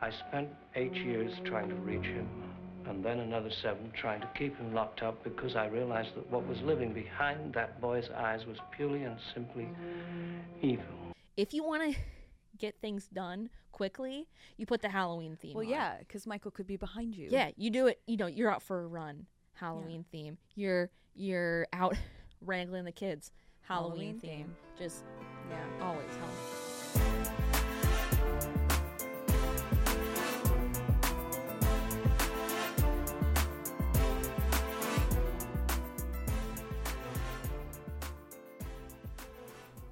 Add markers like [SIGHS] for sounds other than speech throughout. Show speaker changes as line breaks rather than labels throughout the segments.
I spent eight years trying to reach him and then another seven trying to keep him locked up because I realized that what was living behind that boy's eyes was purely and simply evil.
If you want to [LAUGHS] get things done quickly, you put the Halloween theme.
Well,
on.
yeah, because Michael could be behind you.
yeah. You do it. You know, you're out for a run. Halloween theme. You're you're out [LAUGHS] wrangling the kids. Halloween,
Halloween
theme.
theme.
Just
yeah.
always Halloween.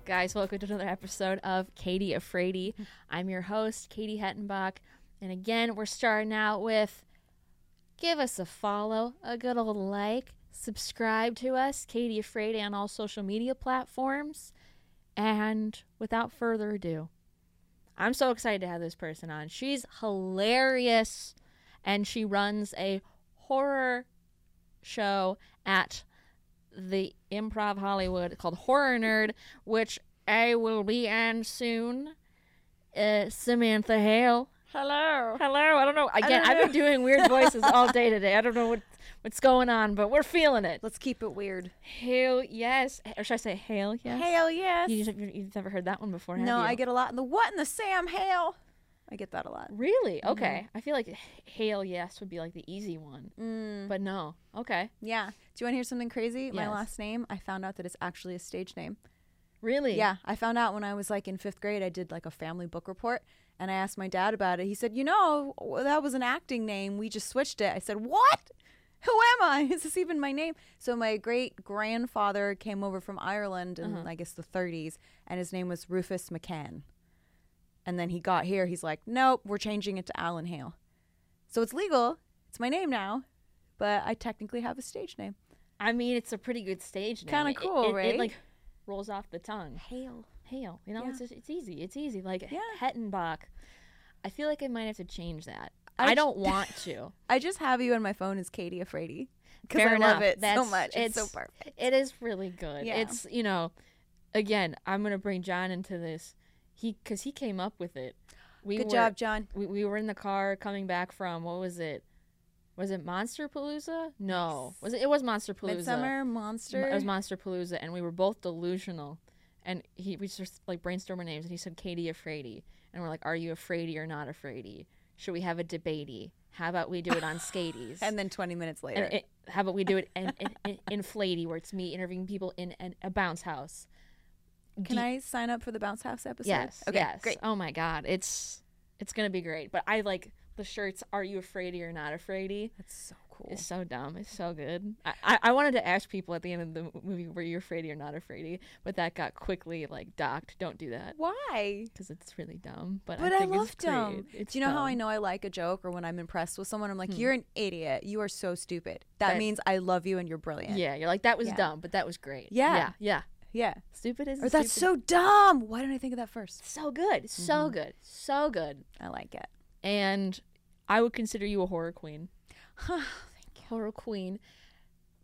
Guys, welcome to another episode of Katie Afraidy. I'm your host, Katie Hettenbach. And again, we're starting out with give us a follow, a good old like, subscribe to us, Katie Afraidy, on all social media platforms. And without further ado, I'm so excited to have this person on. She's hilarious and she runs a horror show at the Improv Hollywood called Horror Nerd, which I will be on soon. Uh, Samantha Hale.
Hello.
Hello. I don't know. Again,
don't
I've been doing
[LAUGHS]
weird voices all day today. I don't know what what's going on, but we're feeling it.
Let's keep it weird.
Hail yes, or should I say hail yes?
Hail yes.
You just, you've never heard that one before, have
no,
you?
I get a lot in the what in the Sam Hail. I get that a lot.
Really? Okay. I feel like h- hail yes would be like the easy one,
Mm,
but no. Okay.
yeah. Do you want to hear something crazy? My
Yes.
last name, I found out that it's actually a stage name.
Really?
Yeah, I found out when I was like in fifth grade. I did like a family book report, and I asked my dad about it. He said, "You know, w- that was an acting name. We just switched it." I said, "What? Who am I? [LAUGHS] Is this even my name?" So my great grandfather came over from Ireland in I guess the 30s, and his name was Rufus McCann. And then he got here. He's like, "Nope, we're changing it to Alan Hale." So it's legal. It's my name now, but I technically have a stage name.
I mean, it's a pretty good stage name.
Kinda
It-
cool,
it, It,
right?
like rolls off the tongue.
Hale.
Hail. You know,
Yeah.
it's just, it's easy. It's easy. Like
Yeah.
Hettenbach. I feel like I might have to change that.
I
I,
j- [LAUGHS]
don't want to.
I just have you on my phone as Katie Afraidy because
Fair
I
enough.
love it so
That's-
much. It's, so
it's-
perfect.
It is really good.
Yeah.
It's you know, again, I'm gonna bring John into this. He because he came up with it. We
Good
were,
job, John.
We, we were in the car coming back from what was it? Was it Monster Palooza? No, was it? It was Monster Palooza.
Midsummer
It
Monster.
was Monster Palooza, and we were both delusional. And he we just like brainstorming names, and he said Katie Afraidy, and we're like, Are you Afraidy or not Afraidy? Should we have a debatey? How about we do it on skaties?
[LAUGHS] and then 20 minutes later.
And it, how about we do it in, in, in, in Flatey, where it's me interviewing people in an, a bounce house?
Can
do-
I sign up for the Bounce House episode?
Yes.
Okay.
yes.
Great.
Oh my God, it's it's gonna be great. But I like the shirts. Are you afraidy or not afraidy?
That's so cool.
It's so dumb. It's so good. I, I, I wanted to ask people at the end of the movie, were you afraidy or not afraidy? But that got quickly like docked. Don't do that
Why?
because it's really dumb. But,
But
I,
I,
think
love
it's great.
dumb.
It's
Do you know how I
dumb.
know I like a joke or when I'm impressed with someone? I'm like, you're an idiot. You are so stupid. That,
That-
means I love you and you're brilliant.
Yeah, you're like that was
Yeah.
dumb, but that was great.
Yeah.
yeah, yeah.
Yeah.
Stupid is
Or that's
stupid.
so Mm-hmm. dumb. Why didn't I think of that first?
so good, so good, so good.
I
[SIGHS]
like it. [SIGHS]
and I would consider you a horror queen.
Thank
Horror queen.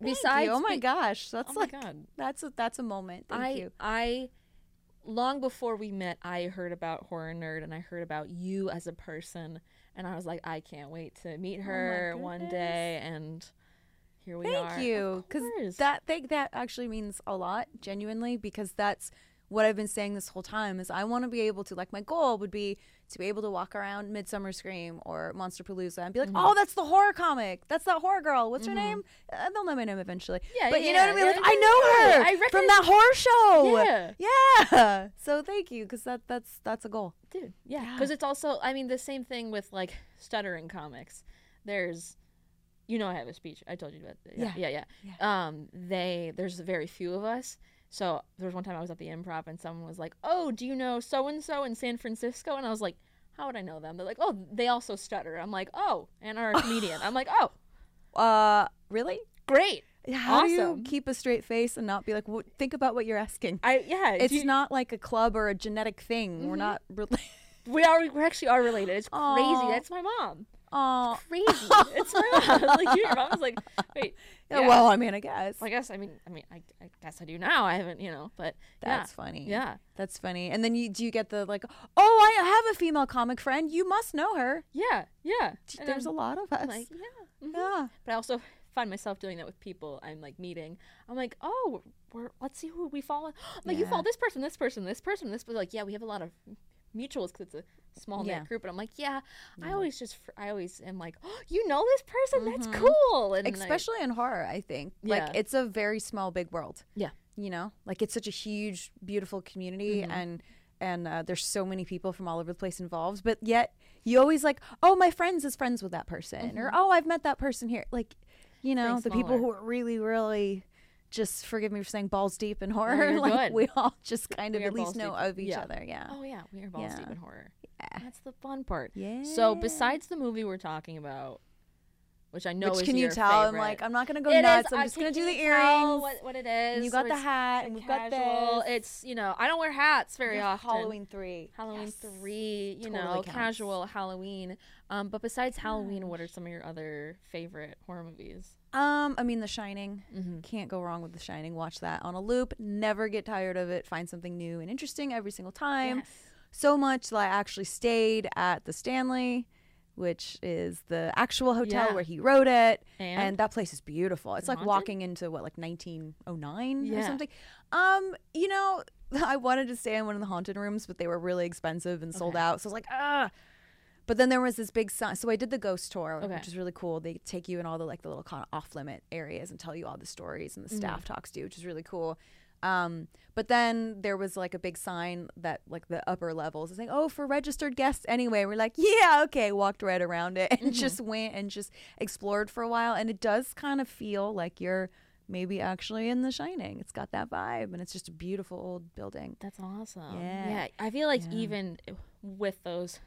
you.
Besides,
oh my
be-
gosh, that's
oh my
like
god,
that's a, that's a moment. Thank
I
you.
I long before we met, I heard about horror nerd and I heard about you as a person, and I was like, I can't wait to meet her one
Oh goodness.
day, and here we are.
Thank
Of
you,
course.
because that think that actually means a lot, genuinely, because that's what I've been saying this whole time is I want to be able to like my goal would be to be able to walk around Midsummer Scream or Monster Palooza and be
Mm-hmm.
like, oh, that's the horror comic, that's that horror girl. What's her name? Uh, they'll know my name eventually.
Yeah,
but you know what
yeah,
I mean.
yeah,
like
yeah,
I know
yeah.
her
I
from
recognize-
that horror show.
Yeah.
Yeah. [LAUGHS] So thank you, because that that's that's a goal.
dude yeah because it's also i mean the same thing with like stuttering comics there's you know i have a speech i told you about yeah yeah yeah, um they there's very few of us so there was one time i was at the improv and someone was like oh do you know so and so in san francisco and i was like how would i know them they're like oh they also stutter i'm like oh and are a [LAUGHS] comedian i'm like oh
Uh, really?
great
How do you
Awesome.
keep a straight face and not be like, well, think about what you're asking?
i yeah
it's
you- Mm-hmm.
not like a club or a [LAUGHS] genetic thing. We're not really.
we are we actually are related it's crazy
Aw.
that's my mom
Oh.
Crazy. [LAUGHS] It's wrong. like your mom [LAUGHS] was like, wait. [LAUGHS] yeah.
Well, I mean, I guess.
I guess I mean I mean I, I guess I do now. I haven't you know, but yeah.
That's funny.
Yeah.
That's funny. And then you do you get the like, oh, I have a female comic friend. You must know her.
yeah, yeah.
Gee,
And
There's Mm-hmm.
I'm
a lot of us.
like
[LAUGHS]
yeah, mhm.
yeah.
But I also find myself doing that with people I'm like meeting. I'm like, oh, we're let's see who we follow. I'm like, you
Yeah.
follow this person, this person, this person, this. But like, yeah, we have a lot of mutuals because it's a small knit
Yeah. Mm-hmm.
group. And I'm like, yeah, I always just fr- I always am like, oh, you know this person? That's cool. And I-
Mm-hmm. Especially in horror, I think. Like
Yeah.
it's a very small, big world.
Yeah.
You know, like it's such a huge, beautiful community,
Mm-hmm.
and and uh, there's so many people from all over the place involved. But yet, you always like, oh, my friends is friends with that person, or
Mm-hmm.
oh, I've met that person here. Like, you know, the
smaller.
people who are really, really. Just forgive me for saying balls deep in horror. [LAUGHS]
you're
like
good.
we all just kind of
We are
at least
balls
know
deep.
of each
Yeah.
other. Yeah.
Oh yeah, we are balls deep
Yeah.
in horror.
Yeah.
That's the fun part. So
Yeah.
besides the movie we're talking about, which I know
Which
is
can you
your
tell? I'm
favorite-
like, I'm not gonna go
It is,
nuts.
I-
I'm just gonna
can
do the
you tell
earrings.
What, what it is?
and you got the
It's
hat,
the
and we've
casual-
got this.
It's you know I don't wear hats very
Yes,
often.
Halloween three.
Halloween
Yes.
three, you
Totally
know,
counts.
casual Halloween. Um, but besides Halloween, what are some of your other favorite horror movies?
Um, I mean, The Shining.
Mm-hmm.
Can't go wrong with The Shining. Watch that on a loop. Never get tired of it. Find something new and interesting every single time. So much that I actually stayed at the Stanley, which is the actual hotel
Yeah.
where he wrote it.
And?
that place is beautiful. It's like
haunted?
walking into what, like 1909 or
Yeah.
something. Um, you know, [LAUGHS] I wanted to stay in one of the haunted rooms, but they were really expensive and sold
Okay.
out. So I was like, ah. But then there was this big sign. So I did the ghost tour,
Okay.
which is really cool. They take you in all the like the little kind of off limit areas and tell you all the stories, and the staff talks to you, which is really cool. Um, but then there was like a big sign that like the upper levels is saying, "Oh, for registered guests." Anyway, we're like, "Yeah, okay." Walked right around it and just went and just explored for a while. And it does kind of feel like you're maybe actually in The Shining. It's got that vibe, and it's just a beautiful old building.
That's awesome.
Yeah.
I feel like
Yeah.
even with those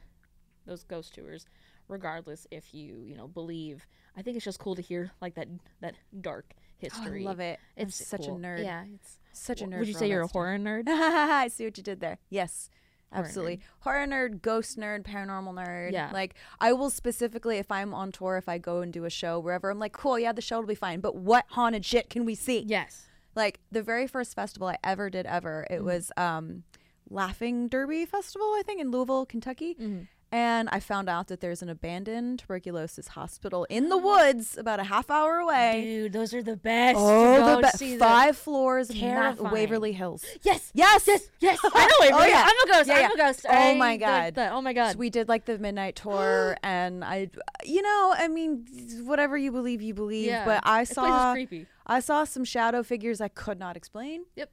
those ghost tours, regardless if you, you know, believe, I think it's just cool to hear like that that dark
Oh, I
history.
love it.
It's
It's such
cool.
a nerd.
Yeah, it's
Such a nerd.
Would you
for
say
all
you're
that
a
stuff.
horror nerd?
[LAUGHS] I see what you did there. Yes.
Horror
Absolutely. Horror nerd, ghost nerd, paranormal nerd.
Yeah.
Like I will specifically if I'm on tour, if I go and do a show wherever, I'm like, cool, yeah, the show will be fine. But what haunted shit can we see?
Yes.
Like the very first festival I ever did ever,
Mm-hmm.
it was um Laughing Derby Festival, I think, in Louisville, Kentucky.
Mm-hmm.
And I found out that there's an abandoned tuberculosis hospital
[GASPS]
in the woods about a half hour away.
Dude, those are the best.
Oh, the
Go
ba-
see the-
five floors, ma-
Terrifying.
Waverly Hills.
Yes.
Yes,
Yes. Yes. I know it.
[LAUGHS] Oh,
Really.
yeah.
I'm a ghost.
Yeah,
I'm
yeah.
a ghost.
Oh,
I
my
did
God.
that. oh my god.
So we did like the
[GASPS]
midnight tour, and I, you know, I mean, whatever you believe, you believe.
Yeah.
But I
This place is
saw,
creepy.
I saw some shadow figures I could not explain.
Yep.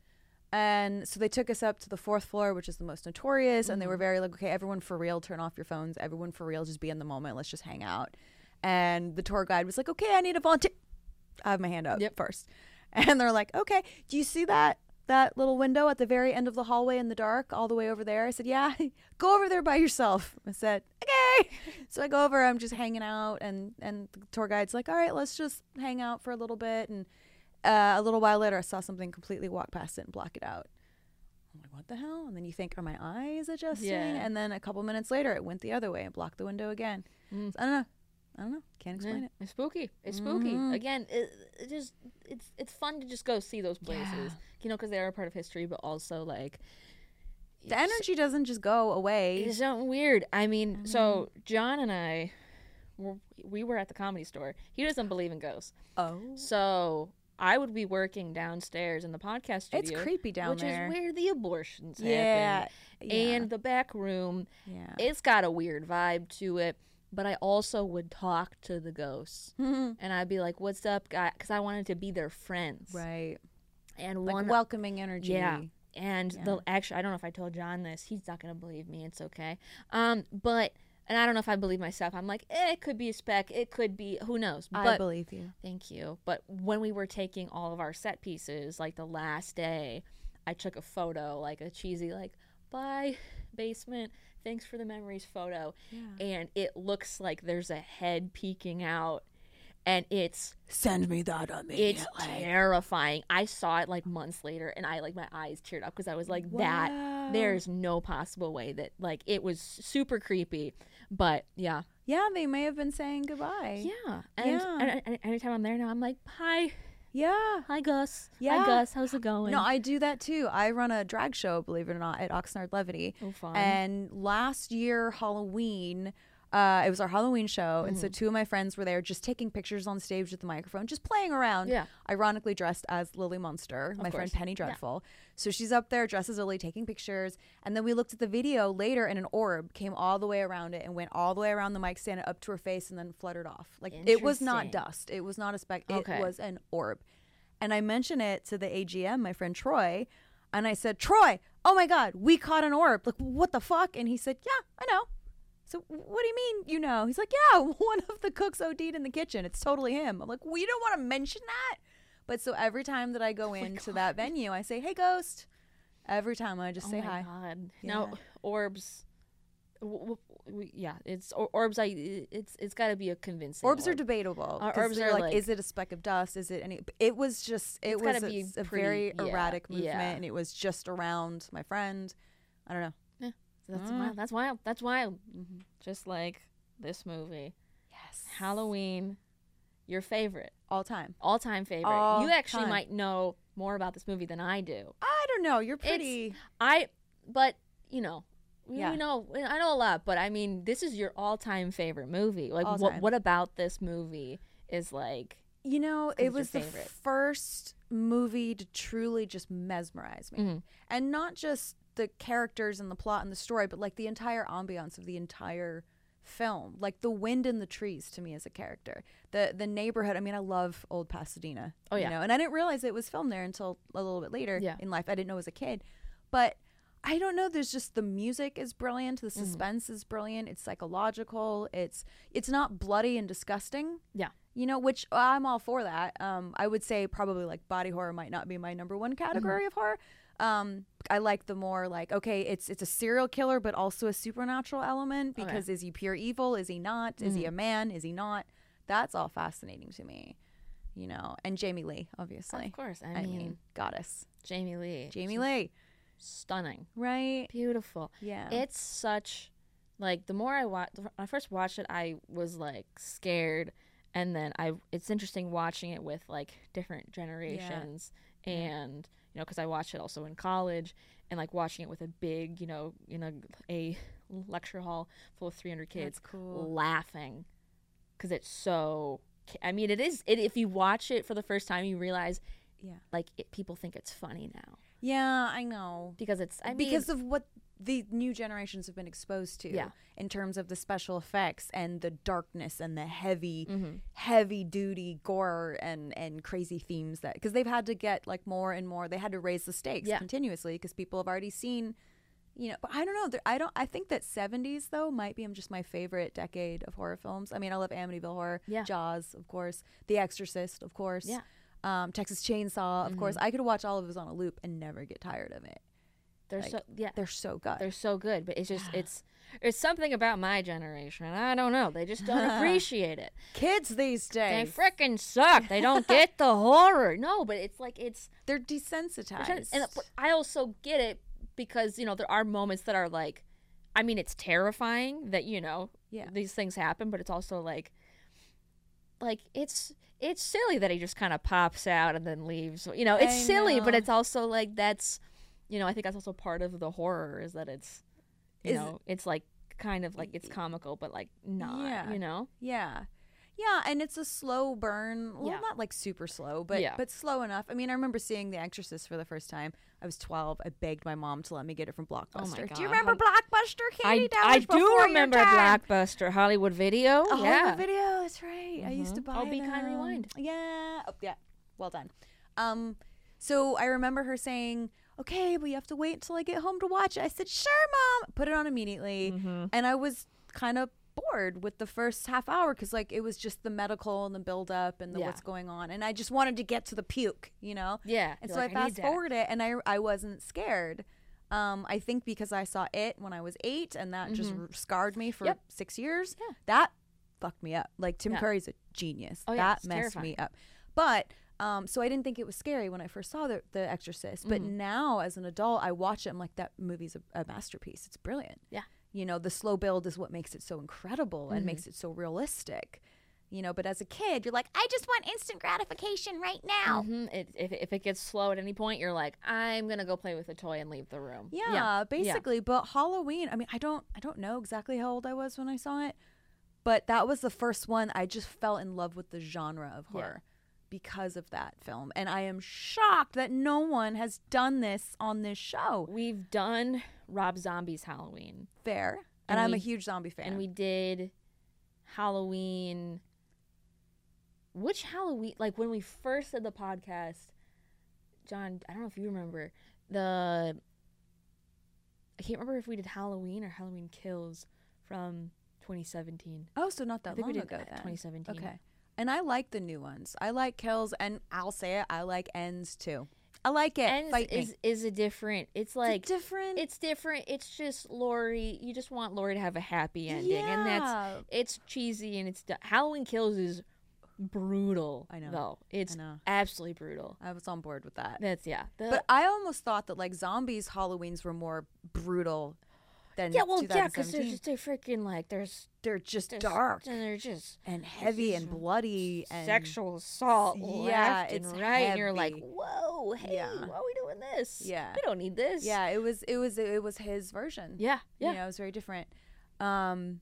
And so they took us up to the fourth floor, which is the most notorious. And they
Mm.
were very like, okay, everyone for real, turn off your phones. Everyone for real, just be in the moment. Let's just hang out. And the tour guide was like, okay, I need a volunteer. I have my hand up
Yep.
first. [LAUGHS] And they're like, okay, do you see that? That little window at the very end of the hallway in the dark, all the way over there. I said, Yeah, [LAUGHS] go over there by yourself. I said, Okay. [LAUGHS] So I go over, I'm just hanging out, and, and the tour guide's like, All right, let's just hang out for a little bit. And uh, a little while later, I saw something completely walk past it and block it out. I'm like, what the hell? And then you think, are my eyes adjusting?
Yeah.
And then a couple minutes later, it went the other way and blocked the window again. So I don't know. I don't know. Can't
Mm. Yeah.
explain it.
Eh,
Mm.
It's spooky. It's spooky. Again, it, it just it's it's fun to just go see those places, you know, because they are a part of history, but also like
The energy doesn't just go away.
it's something weird. I mean, so
Mm-hmm.
John and I, were, we were at the comedy store. He doesn't believe in ghosts,
Oh,
so I would be working downstairs in the podcast
it's
studio.
creepy down
which is
there.
where the abortions
yeah. Uh.
happen, and the back room.
yeah.
It's got a weird vibe to it, but I also would talk to the ghosts.
Yeah.
And I'd be like, "What's up, guy?" Because I wanted to be their friends,
right.
and
Like
one,
welcoming energy.
yeah. And the actually, I don't know if I told John this. He's not gonna believe me. It's okay. Um, but and I don't know if I believe myself. I'm like, eh, it could be a speck. It could be who knows. But
I believe you.
Thank you. But when we were taking all of our set pieces, like the last day, I took a photo, like a cheesy, like, bye, basement, thanks for the memories photo.
Uh-huh.
And it looks like there's a head peeking out. And it's
Send me that immediately.
it's terrifying. I saw it like months later, and I like my eyes teared up because I was like, "That
Wow.
there's no possible way that like it was super creepy." But yeah,
Yeah, they may have been saying goodbye.
Yeah. And,
Yeah.
and, and anytime I'm there now, I'm like, hi,
Yeah.
hi Gus.
Yeah.
Hi Gus. How's it going?
No, I do that too. I run a drag show, believe it or not, at Oxnard Levity.
Oh, fun.
And last year, Halloween, uh, it was our Halloween show. And
Mm-hmm.
so two of my friends were there just taking pictures on stage with the microphone, just playing around.
Yeah.
Ironically dressed as Lily Munster, my friend
course.
Penny Dreadful. So she's up there dressed as Lily taking pictures. And then we looked at the video later and an orb came all the way around it and went all the way around the mic stand up to her face and then fluttered off. Like it was not
Interesting.
dust. It was not a speck.
Okay.
It was an orb. And I mention it to the AGM, my friend Troy, and I said, Troy, oh my God, we caught an orb. Like, what the fuck? And he said, Yeah, I know. So, what do you mean you know? He's like, Yeah, [LAUGHS] one of the cooks OD'd in the kitchen. It's totally him. I'm like, We don't want to mention that. But so every time that I
Oh
go into that venue, I say, Hey, ghost. Every time I just
Oh
say
my
hi.
God. Now
Yeah.
orbs. W- w- w- yeah, it's or, orbs. I it's it's got to be a convincing.
Orbs are
orb.
debatable.
Our
'cause
orbs
they're
are,
like,
like-
is it a speck of dust? Is it any? It was just, it
It's
was
gotta
a,
be
s- a
pretty-
very
yeah,
erratic movement,
yeah.
and it was just around my friend. I don't know.
That's wild. Mm. That's wild. That's wild. Mm-hmm. Just like this movie,
Yes,
Halloween, your favorite,
all time.
all time favorite.
All
you actually
time.
might know more about this movie than I do.
I don't know. You're pretty.
I, but you know, we,
Yeah.
we know I know a lot, but I mean, this is your all time favorite movie. Like,
All
what
time.
what about this movie is like?
You know,
it's
it
your
was the
favorite.
first movie to truly just mesmerize me.
Mm-hmm.
And not just the characters and the plot and the story, but like the entire ambiance of the entire film. Like the wind in the trees to me as a character. The the neighborhood, I mean, I love old Pasadena.
Oh,
You
yeah.
know, and I didn't realize it was filmed there until a little bit later
Yeah.
in life. I didn't know as a kid. But I don't know. There's just the music is brilliant. The
Mm-hmm.
suspense is brilliant. It's psychological. It's it's not bloody and disgusting
Yeah.
you know which uh, i'm all for that um, i would say probably like body horror might not be my number one
Mm-hmm.
category of horror um, i like the more like okay it's it's a serial killer but also a supernatural element
Okay. Mm-hmm.
because is he pure evil is he not is he a man is he not that's all fascinating to me you know and jamie lee obviously
Of course. I,
i mean,
mean,
goddess
Jamie Lee.
jamie lee
Stunning.
right
Beautiful.
yeah
It's such like the more I watch when I first watched it I was like scared and then I it's interesting watching it with like different generations and you know cuz I watched it also in college and like watching it with a big, you know, in a a lecture hall full of 300 kids
That's cool.
laughing cuz it's so I mean it is it, if you watch it for the first time you realize
Yeah.
like it, people think it's funny now
yeah i know
because it's I mean
because of what the new generations have been exposed to
Yeah.
in terms of the special effects and the darkness and the heavy
Mm-hmm.
heavy duty gore and and crazy themes that because they've had to get like more and more they had to raise the stakes
Yeah.
continuously because people have already seen you know but i don't know there- i don't i think that 70s though might be just my favorite decade of horror films i mean i love amityville horror
Yeah.
jaws of course the exorcist of course
Yeah. Mm-hmm.
um, texas chainsaw of course i could watch all of those on a loop and never get tired of it
they're
like,
so yeah
they're so good
they're so good but it's just it's it's something about my generation i don't know they just don't appreciate it
kids these
they
days.
freaking suck they don't get the horror no but it's like it's
They, are
they're
desensitized.
trying to- and but i also get it because you know there are moments that are like i mean it's terrifying that you know
Yeah.
these things happen but it's also like like it's it's silly that he just kind of pops out and then leaves you know it's
I
silly but
know.
it's also like that's you know i think that's also part of the horror is that it's you
Is-
know it's like kind of like it's comical but like not
Yeah.
you know
yeah. Yeah, and it's a slow burn. Well,
Yeah.
not like super slow, but
Yeah.
but slow enough. I mean, I remember seeing The Exorcist for the first time. I was 12. I begged my mom to let me get it from Blockbuster. Do you
Oh God,
remember Blockbuster, Katie?
i,
That
I
was
do
before your
remember
time.
blockbuster hollywood video
Oh,
yeah
the video. That's right. I used to
Mhm.
buy.
Oh, Be Kind,
them.
Rewind.
Yeah. Oh, yeah. Well done. Um, so I remember her saying, "Okay, but you have to wait until I get home to watch it." I said, "Sure, mom." Put it on immediately,
Mm-hmm.
and I was kind of bored with the first half hour because like it was just the medical and the build up and the
Yeah.
what's going on, and I just wanted to get to the puke, you know.
yeah
And
You're
so
like, need
I fast
that.
forward it, and I I wasn't scared. Um, I think because I saw it when I was eight, and that just r- scarred me for
Mm-hmm. Yep.
six years.
Yeah.
That fucked me up. Like Tim
Yeah.
Curry's a genius.
Oh, yeah,
that
it's
messed me up. But um, so I didn't think it was scary when I first saw the The
Mm-hmm.
Exorcist. But now, as an adult, I watch it. I'm like, that movie's a, a masterpiece. It's brilliant.
Yeah.
you know the slow build is what makes it so incredible and
Mm-hmm.
makes it so realistic you know but as a kid you're like i just want instant gratification right now
Mhm. It, if, if it gets slow at any point, you're like, I'm gonna go play with a toy and leave the room.
yeah, basically but halloween i mean i don't i don't know exactly how old i was when i saw it but that was the first one i just fell in love with the genre of
Yeah.
horror because of that film and i am shocked that no one has done this on this show
We've done Rob Zombie's Halloween,
fair and,
And
i'm
we-
a huge zombie fan
and we did Halloween. Which Halloween? Like when we first did the podcast, John, I don't know if you remember the. I can't remember if we did Halloween or Halloween Kills from 2017.
oh so not
I
that
think
long
we did
ago
that
then.
2017.
okay and i like the new ones i like kills and i'll say it i like ends too i like it
and
Fight me.
is is a different. It's
It's a
like
different
it's different. It's just Lori. You just want Lori to have a happy ending, and
Yeah.
that's it's cheesy and it's d- Halloween Kills is brutal.
I know.
though it's
know.
absolutely brutal.
i was on board with that
That's yeah. The-
But I almost thought that like zombies Halloweens were more brutal than
yeah, well, yeah, because
2017.
they're just they're freaking like there's
they're just
there's-
dark
and they're just
and heavy and bloody and
sexual assault.
Yeah,
left and
it's
right. And you're like,
heavy.
whoa, hey,
Yeah.
why are we doing this?
Yeah.
we don't need this.
Yeah, it was it was it was his version.
yeah, yeah.
You know, it was very different. Um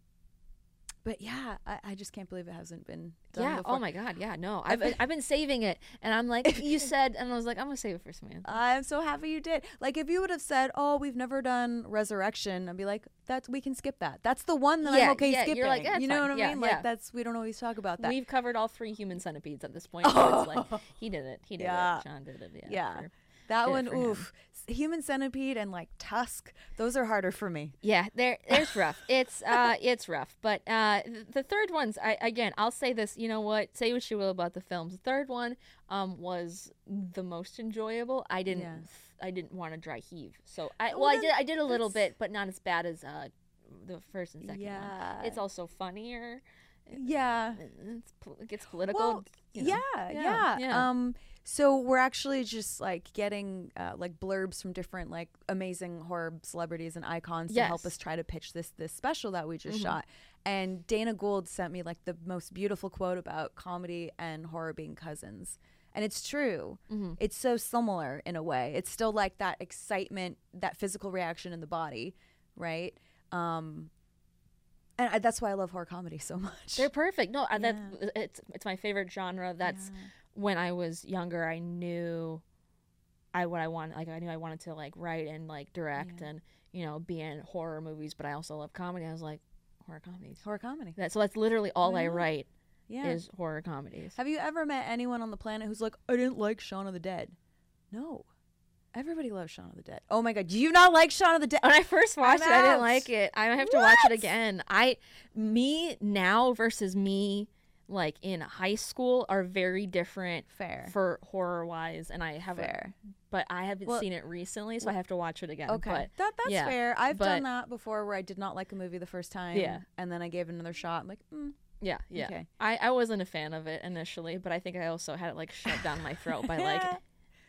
but yeah, I, I just can't believe it hasn't been done
yeah.
before.
Oh my God. Yeah. No. I've I've been saving it, and I'm
[LAUGHS]
like, you said, and I was like, I'm gonna save it for Samantha.
I'm so happy you did. Like if you would have said, "Oh, we've never done resurrection," I'd be like, "That's we can skip that. That's the one that
Yeah,
I'm okay
yeah,
skipping."
you're like, "Yeah, it's
you know
fine.
what I
Yeah,
mean?
yeah.
Like that's we don't always talk about that.
We've covered all three human centipedes at this point. So it's
[LAUGHS]
like he did it. He did
Yeah.
it. Sean did it. Yeah.
Yeah.
for-
that
did it
one,
for him.
oof. S- Human centipede and like tusk, those are harder for me.
Yeah, there, there's rough. It's
[LAUGHS]
uh, it's rough. But uh, th- the third one's I again, I'll say this. You know what? Say what you will about the films. The third one, um, was the most enjoyable. I didn't,
Yeah.
I didn't want to dry heave. So I, well,
Well,
I did, I did a little
that's-
bit, but not as bad as uh, the first and second
Yeah.
one. It's also funnier.
Yeah.
It's, pol- it gets political.
Well,
you know. Yeah,
yeah, yeah,
yeah.
Um, so we're actually just like getting uh, like blurbs from different like amazing horror celebrities and icons to help
Yes.
us try to pitch this this special that we just shot. And Dana Gould sent me like the most beautiful quote about comedy and horror being cousins. And it's true.
Mm-hmm.
It's so similar in a way. It's still like that excitement, that physical reaction in the body, right? Um, and I, that's why I love horror comedy so much. [LAUGHS]
They're perfect. No, I that uh, it's it's my favorite genre. That's when I was younger. I knew I what I wanted. Like I knew I wanted to like write and like direct and you know be in horror movies. But I also love comedy. I was like horror comedies.
horror comedy.
That, so that's literally all I write
Yeah.
is horror comedies.
Have you ever met anyone on the planet who's like, I didn't like Shaun of the Dead? No. Everybody loves Shaun of the Dead. Oh my God. Do you not like Shaun of the Dead?
When I first watched it, I
out.
didn't like it. I have to watch it
What?
again. I me now versus me like in high school are very different
Fair.
for horror wise and I haven't
Fair.
but I haven't
Well-
seen it recently, so I have to watch it again.
Okay.
but,
that, that's
yeah,
fair. I've done
but-
that before where I did not like a movie the first time.
Yeah.
And then I gave it another shot. I'm like, mm,
Yeah, yeah.
Okay.
I, I wasn't a fan of it initially, but I think I also had it like shoved down my throat by
[LAUGHS]
like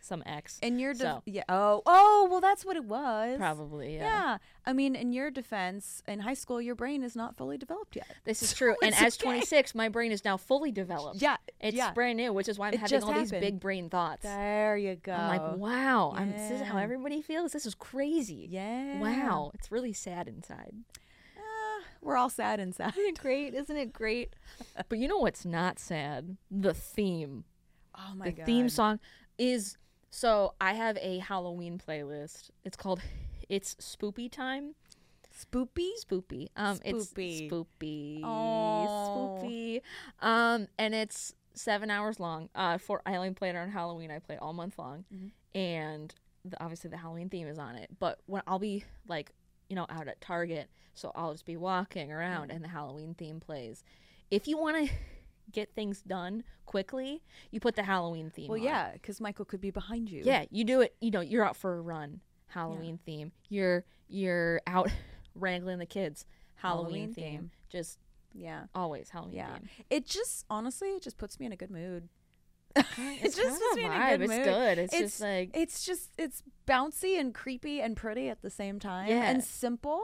some ex.
And your def-
So-
yeah. Oh, oh, well, that's what it was.
probably, yeah.
Yeah. I mean, in your defense, in high school, your brain is not fully developed yet.
This is true. and
it's
as
okay.
26, my brain is now fully developed.
Yeah,
It's
yeah.
brand new, which is why I'm
It
having
just
all these
happened.
big brain thoughts.
There you go.
I'm like, wow, I'm, this is how
Yeah.
everybody feels. This is crazy.
Yeah.
Wow. It's really sad inside.
Ah, we're all sad inside.
Isn't it great? Isn't it great? but you know what's not sad? The theme.
Oh my
the
God.
theme song is so I have a Halloween playlist. It's called It's Spoopy Time.
Spoopy?
Spoopy. Um it's
Spoopy.
spoopy.
Aw.
Spoopy. Um and it's 7 hours long. Uh for I only play it on Halloween. I play it all month long.
Mm-hmm.
And the, obviously the Halloween theme is on it. But when I'll be like, you know, out at Target, so I'll just be walking around
Mm.
and the Halloween theme plays. If you want to get things done quickly, you put the Halloween theme
Well,
on.
yeah, because Michael could be behind you.
Yeah, you do it. You know, you're out for a run, Halloween theme. You're you're out [LAUGHS] wrangling the kids, Halloween,
Halloween
theme.
theme.
Just
yeah,
always Halloween
yeah.
theme.
It just honestly, it just puts me in a good mood. [LAUGHS] it
it's kind of a vibe. It's good. It's just like-
it's just it's bouncy and creepy and pretty at the same time,
Yeah.
and simple.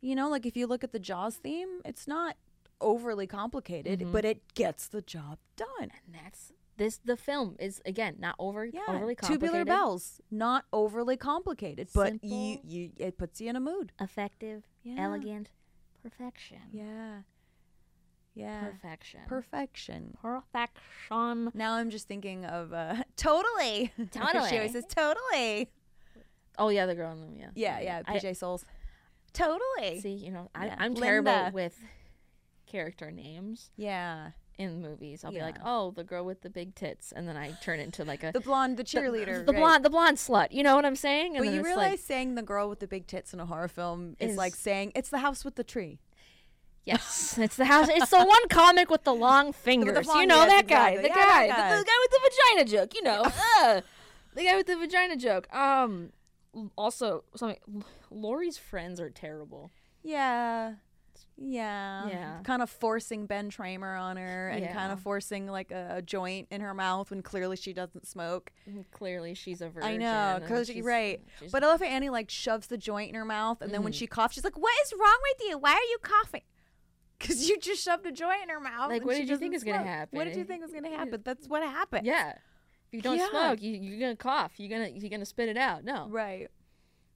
You know, like if you look at the Jaws theme, it's not overly complicated,
Mm-hmm.
but it gets the job done.
And that's this. The film is again not over
Yeah,
overly complicated.
tubular bells, not overly complicated, but you,
Simple.
you it puts you in a mood.
effective,
Yeah.
elegant, perfection.
Yeah, yeah,
Perfection.
perfection.
perfection.
Now I'm just thinking of uh, [LAUGHS] totally. she
Totally.
always says totally.
Oh yeah, the girl in the yeah.
Yeah, yeah.
I-
PJ Souls. Totally.
see, you know, I,
Yeah.
I'm terrible
Linda.
with character names
Yeah,
in movies. I'll be like,
Yeah.
oh, the girl with the big tits, and then I turn into like a
the blonde, the cheerleader,
the
right.
blonde, the blonde slut. You know what I'm saying? And
But
then
you
it's
realize
like,
saying the girl with the big tits in a horror film is, like
Is-
saying it's the house with the tree. [LAUGHS]
yes, it's the house. It's the one comic with the long fingers. you
long-
know
yes,
that guy,
exactly.
the
Yeah,
guy,
that
The, the guy
guy.
with the vagina joke. You know, Ugh. the guy with the vagina joke. Um, also something. Lori's friends are terrible.
Yeah. Yeah.
Yeah.
Kind of forcing Ben Tramer on her and kind
Yeah.
of forcing like a, a joint in her mouth when clearly she doesn't smoke.
Mm, Clearly, she's a virgin.
I know.
and
Cause
she's-
right.
she's- Mm-hmm.
But I love how Annie like shoves the joint in her mouth and then when she coughs, she's like, What is wrong with you? Why are you coughing? [LAUGHS] Because you just shoved a joint in her mouth.
Like,
and
what
she
did you think
doesn't
is gonna
smoke. What did you
happen?
think was going to happen? That's what
[LAUGHS]
happened.
Yeah. If you don't
Yeah.
smoke, you, you're gonna cough. You're gonna you're gonna spit it out. No,
Right.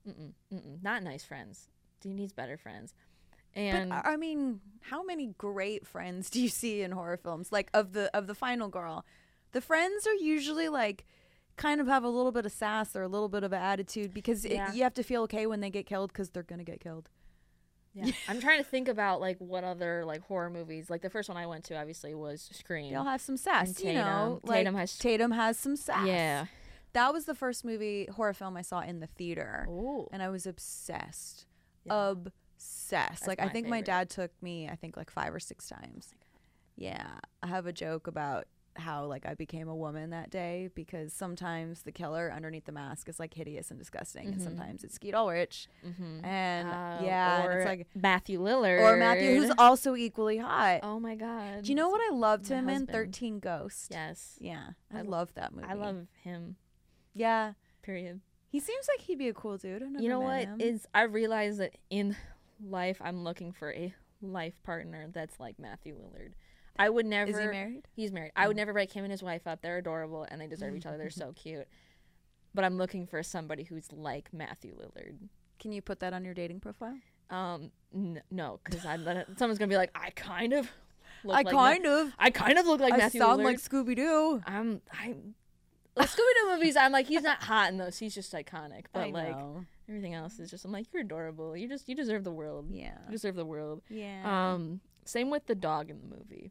mm-mm, mm-mm. not nice friends. He needs better friends.
But
And
I I mean, how many great friends do you see in horror films? Like of the of the final girl, the friends are usually like kind of have a little bit of sass or a little bit of an attitude because
Yeah.
it, you have to feel okay when they get killed because they're gonna get killed.
yeah, [LAUGHS] I'm trying to think about like what other like horror movies. Like the first one I went to obviously was Scream.
They all have some sass,
And
you know.
Tatum. Tatum
like,
has-
Tatum has some sass.
yeah.
that was the first movie horror film I saw in the theater.
Ooh.
and I was obsessed,
Yeah.
obsessed. like I
my
think my
favorite. Oh
dad took me, I think like five or six times. yeah, I have a joke about how like I became a woman that day because sometimes the killer underneath the mask is like hideous and disgusting,
Mm-hmm.
and sometimes it's Skeet Ulrich, and
Um,
yeah, and
Or
it's like
Matthew Lillard.
or
[LAUGHS]
Matthew, who's also equally hot.
Oh my God.
Do you know what I loved
my
him
husband.
in Thirteen Ghosts?
Yes.
Yeah, I,
I lo-
love that movie.
Um, I love him.
Yeah,
Period.
he seems like he'd be a cool dude. I've never
you know
met
what
him.
is i realize that in life i'm looking for a life partner that's like matthew lillard i would never
is he married? Mm.
he's married i would never break him and his wife up they're adorable and they deserve each other
[LAUGHS]
they're so cute but i'm looking for somebody who's like matthew lillard
Can you put that on your dating profile?
um n- no because i'm gonna- someone's gonna be like i kind of look
I
like Ma-
kind of.
i kind of look like
I
matthew
sound
lillard
like Scooby Doo.
i'm i'm like Scooby-Doo movies, I'm like he's not hot in those. He's just iconic, but like everything else is just. I'm like you're adorable. You just you deserve the world.
yeah,
You deserve the world.
yeah.
Um, same with the dog in the movie,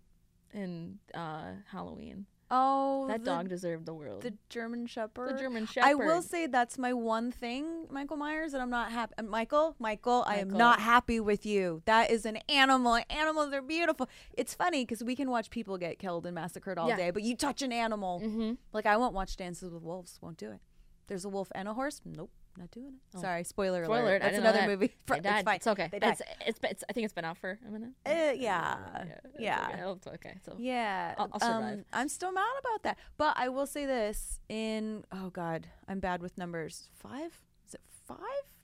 in uh, Halloween.
oh,
That
the,
dog deserved the world.
the German Shepherd.
The German Shepherd.
I will say that's my one thing, Michael Myers, that I'm not happy. Michael, Michael, I am
Michael.
not happy with you. That is an animal. Animals are beautiful. It's funny because we can watch people get killed and massacred all
Yeah.
day, but you touch an animal,
Mm-hmm.
like I won't watch Dances with Wolves. Won't do it. There's a wolf and a horse. Nope, not doing it.
Oh.
Sorry, spoiler,
Spoiler alert, I
alert. That's
didn't know
another
that.
movie. [LAUGHS]
They died.
It's fine.
It's okay.
They died.
it's, it's, been- it's I think it's been out for a minute.
Uh, yeah.
it's
Yeah.
okay. I'll- It's okay. So
Yeah,
I'll- I'll survive.
um, I'm still mad about that, but I will say this: in oh god, I'm bad with numbers. Five? Is it five?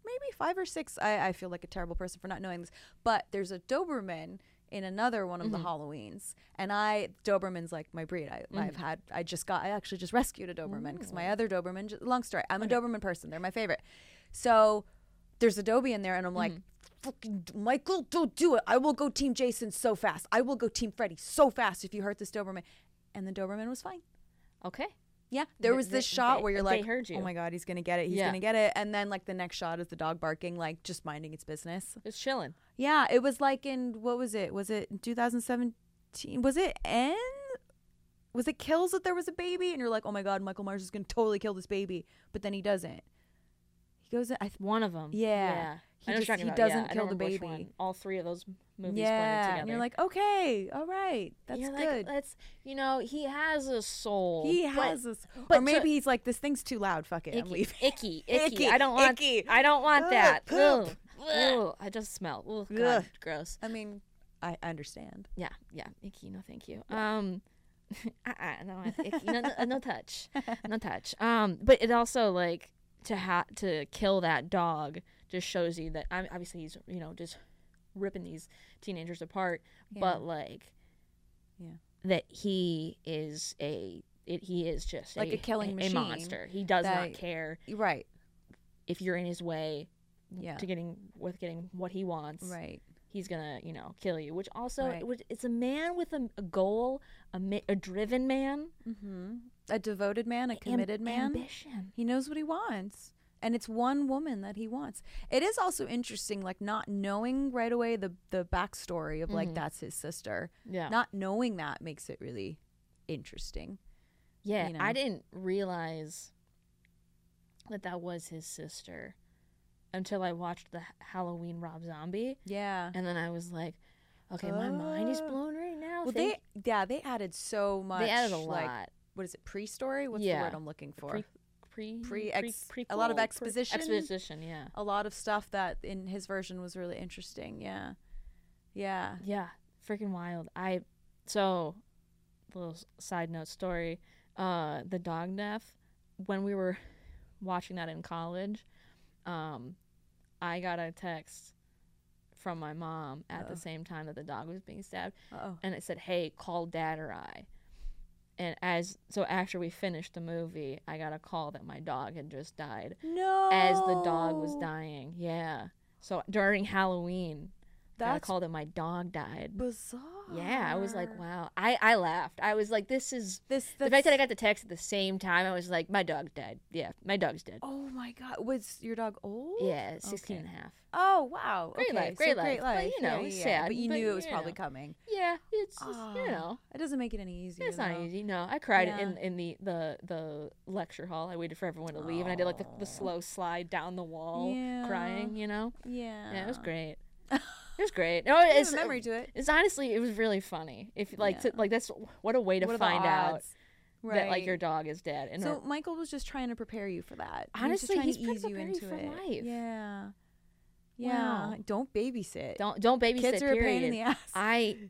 Maybe five or six. I, I feel like a terrible person for not knowing this, but there's a Doberman in another one of
Mm-hmm.
the Halloweens, and I Doberman's like my breed. I, I've
Mm.
had. I just got. I actually just [LAUGHS] rescued a Doberman because my other Doberman. j- Long story. I'm a Doberman person. They're my favorite. So there's Adobe in there, and I'm like, fucking Michael, don't do it. I will go Team Jason so fast. I will go Team Freddy so fast if you hurt this Doberman. And the Doberman was fine.
okay.
Yeah, there
Th-
was this
th-
shot
they-
where you're
they
like,
heard you.
"Oh my god, he's gonna get it! He's
Yeah.
gonna get it!" And then like the next shot is the dog barking, like just minding its business.
It's chilling.
Yeah, it was like in what was it? Was it in 2017? Was it N? Was it Kills that there was a baby? And you're like, "Oh my god, Michael Myers is gonna totally kill this baby," but then he doesn't. He goes, "I
One of them.
Yeah.
Yeah.
He
I know what
just-
you're talking
he
about. Yeah,
doesn't
I don't
kill
remember
the
which
baby.
one. All three of those movies blended
yeah,"
together.
and you're like, "Okay, all right, that's
You're like,
good."
That's you know he has a soul.
He
but-
has this,
but
or
to-
maybe he's like, "This thing's too loud. Fuck it, I'm
icky,
leaving." [LAUGHS]
icky, icky,
Icky,
I don't want.
icky.
I don't want
Ugh,
that. Ugh.
poop.
Ugh. I just smell. Ugh, God,
Ugh.
gross.
I mean, I understand.
Yeah, yeah, icky. No, thank you. Um, [LAUGHS] uh, uh, no, I- icky. No, no, no touch,
[LAUGHS]
no touch. Um, but it also like to ha- to kill that dog just shows you that I'm obviously he's you know just ripping these teenagers apart, but like,
Yeah.
that he is a it, he is just
Like a killing machine
a monster. He does not
that-
care
Right.
if you're in his way
Yeah.
to getting with getting what he wants.
Right.
He's gonna you know kill you, which also
Right.
which- it's a man with a, a goal, a, mi- a driven man,
Mm-hmm. A devoted man, a
am-
committed man.
ambition.
He knows what he wants. And it's one woman that he wants. It is also interesting, like not knowing right away the the backstory of like that's his sister.
Mm-hmm. Yeah,
Not knowing that makes it really interesting.
Yeah,
you
I
know?
didn't realize that that was his sister until I watched the H- Halloween Rob Zombie,
Yeah.
and then I was like, okay, my mind is
Oh.
blown right now.
Well,
think-
they yeah they added so much.
they added a
Like,
lot
what is it? Pre-story? What's
Yeah.
the word I'm looking for?
pre pre
pre- ex- a lot of
prequel, pre-
exposition.
exposition, yeah,
a lot of stuff that in his version was really interesting. Yeah. Yeah.
yeah, freaking wild. I so little s- side note story. Uh, the dog death when we were [LAUGHS] watching that in college, um, I got a text from my mom at the same time that the dog was being stabbed,
Oh.
and it said, "Hey, call dad or I." And as so after we finished the movie, I got a call that my dog had just died
No.
as the dog was
Oh.
dying. Yeah. So during Halloween, I got a
That's
call that my dog died.
bizarre.
Oh, Yeah, I was like, wow. I, I laughed. I was like, this is
This
the fact that I got the text at the same time. I was like, my dog's dead. Yeah, my dog's dead.
Oh my god, was your dog old?
yeah, 16
okay.
and a half.
Oh wow.
Great
okay.
life,
so
great life,
great
but,
life.
you know,
yeah,
it's
yeah,
sad,
But you
but,
knew it was
you
probably
know.
coming.
Yeah, it's just,
Ah,
you know,
it doesn't make it any easier.
it's not
though.
easy. No, I cried
Yeah.
in, in the, the, the lecture hall. I waited for everyone to leave, and I did like the, the slow slide down the wall, crying, you know?
Yeah.
Yeah, it was [LAUGHS] great. It was great. No, it's uh,
There's a memory to it.
It's honestly, it was really funny. If like, to,
Yeah.
like that's what a way to
What are the
find out
odds? Right.
that like your dog is dead. And
So Michael was just trying to prepare you for that. He was just
Honestly,
trying
he's
to ease you
preparing you
into
for
it.
life.
Yeah. Yeah.
Wow.
Don't babysit.
don't don't babysit.
Kids are a
period.
pain in the ass.
I.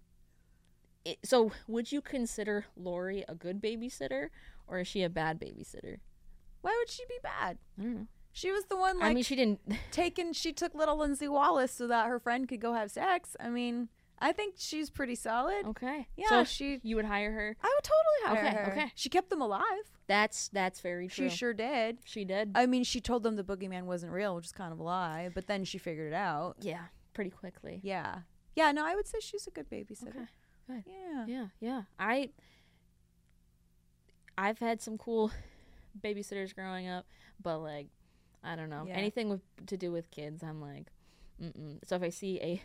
It, so would you consider Lori a good babysitter, or is she a bad babysitter?
Why would she be bad?
I don't know.
She was the one like
I mean, she
[LAUGHS]
didn't. [LAUGHS]
taken she took little Lindsay Wallace so that her friend could go have sex. I mean, I think she's pretty solid.
Okay.
Yeah,
So
she-
You would hire her.
I would totally
Oh.
hire
Okay,
her.
okay.
She kept them alive.
That's that's very true.
She sure did.
she did.
I mean, she told them the boogeyman wasn't real, which is kind of a lie, but then she figured it out.
yeah, pretty quickly.
Yeah. Yeah, no, I would say she's a good babysitter.
Okay, good.
Yeah.
yeah yeah i i've had some cool babysitters growing up but like i don't know
Yeah.
anything with to do with kids i'm like mm-mm so if i see a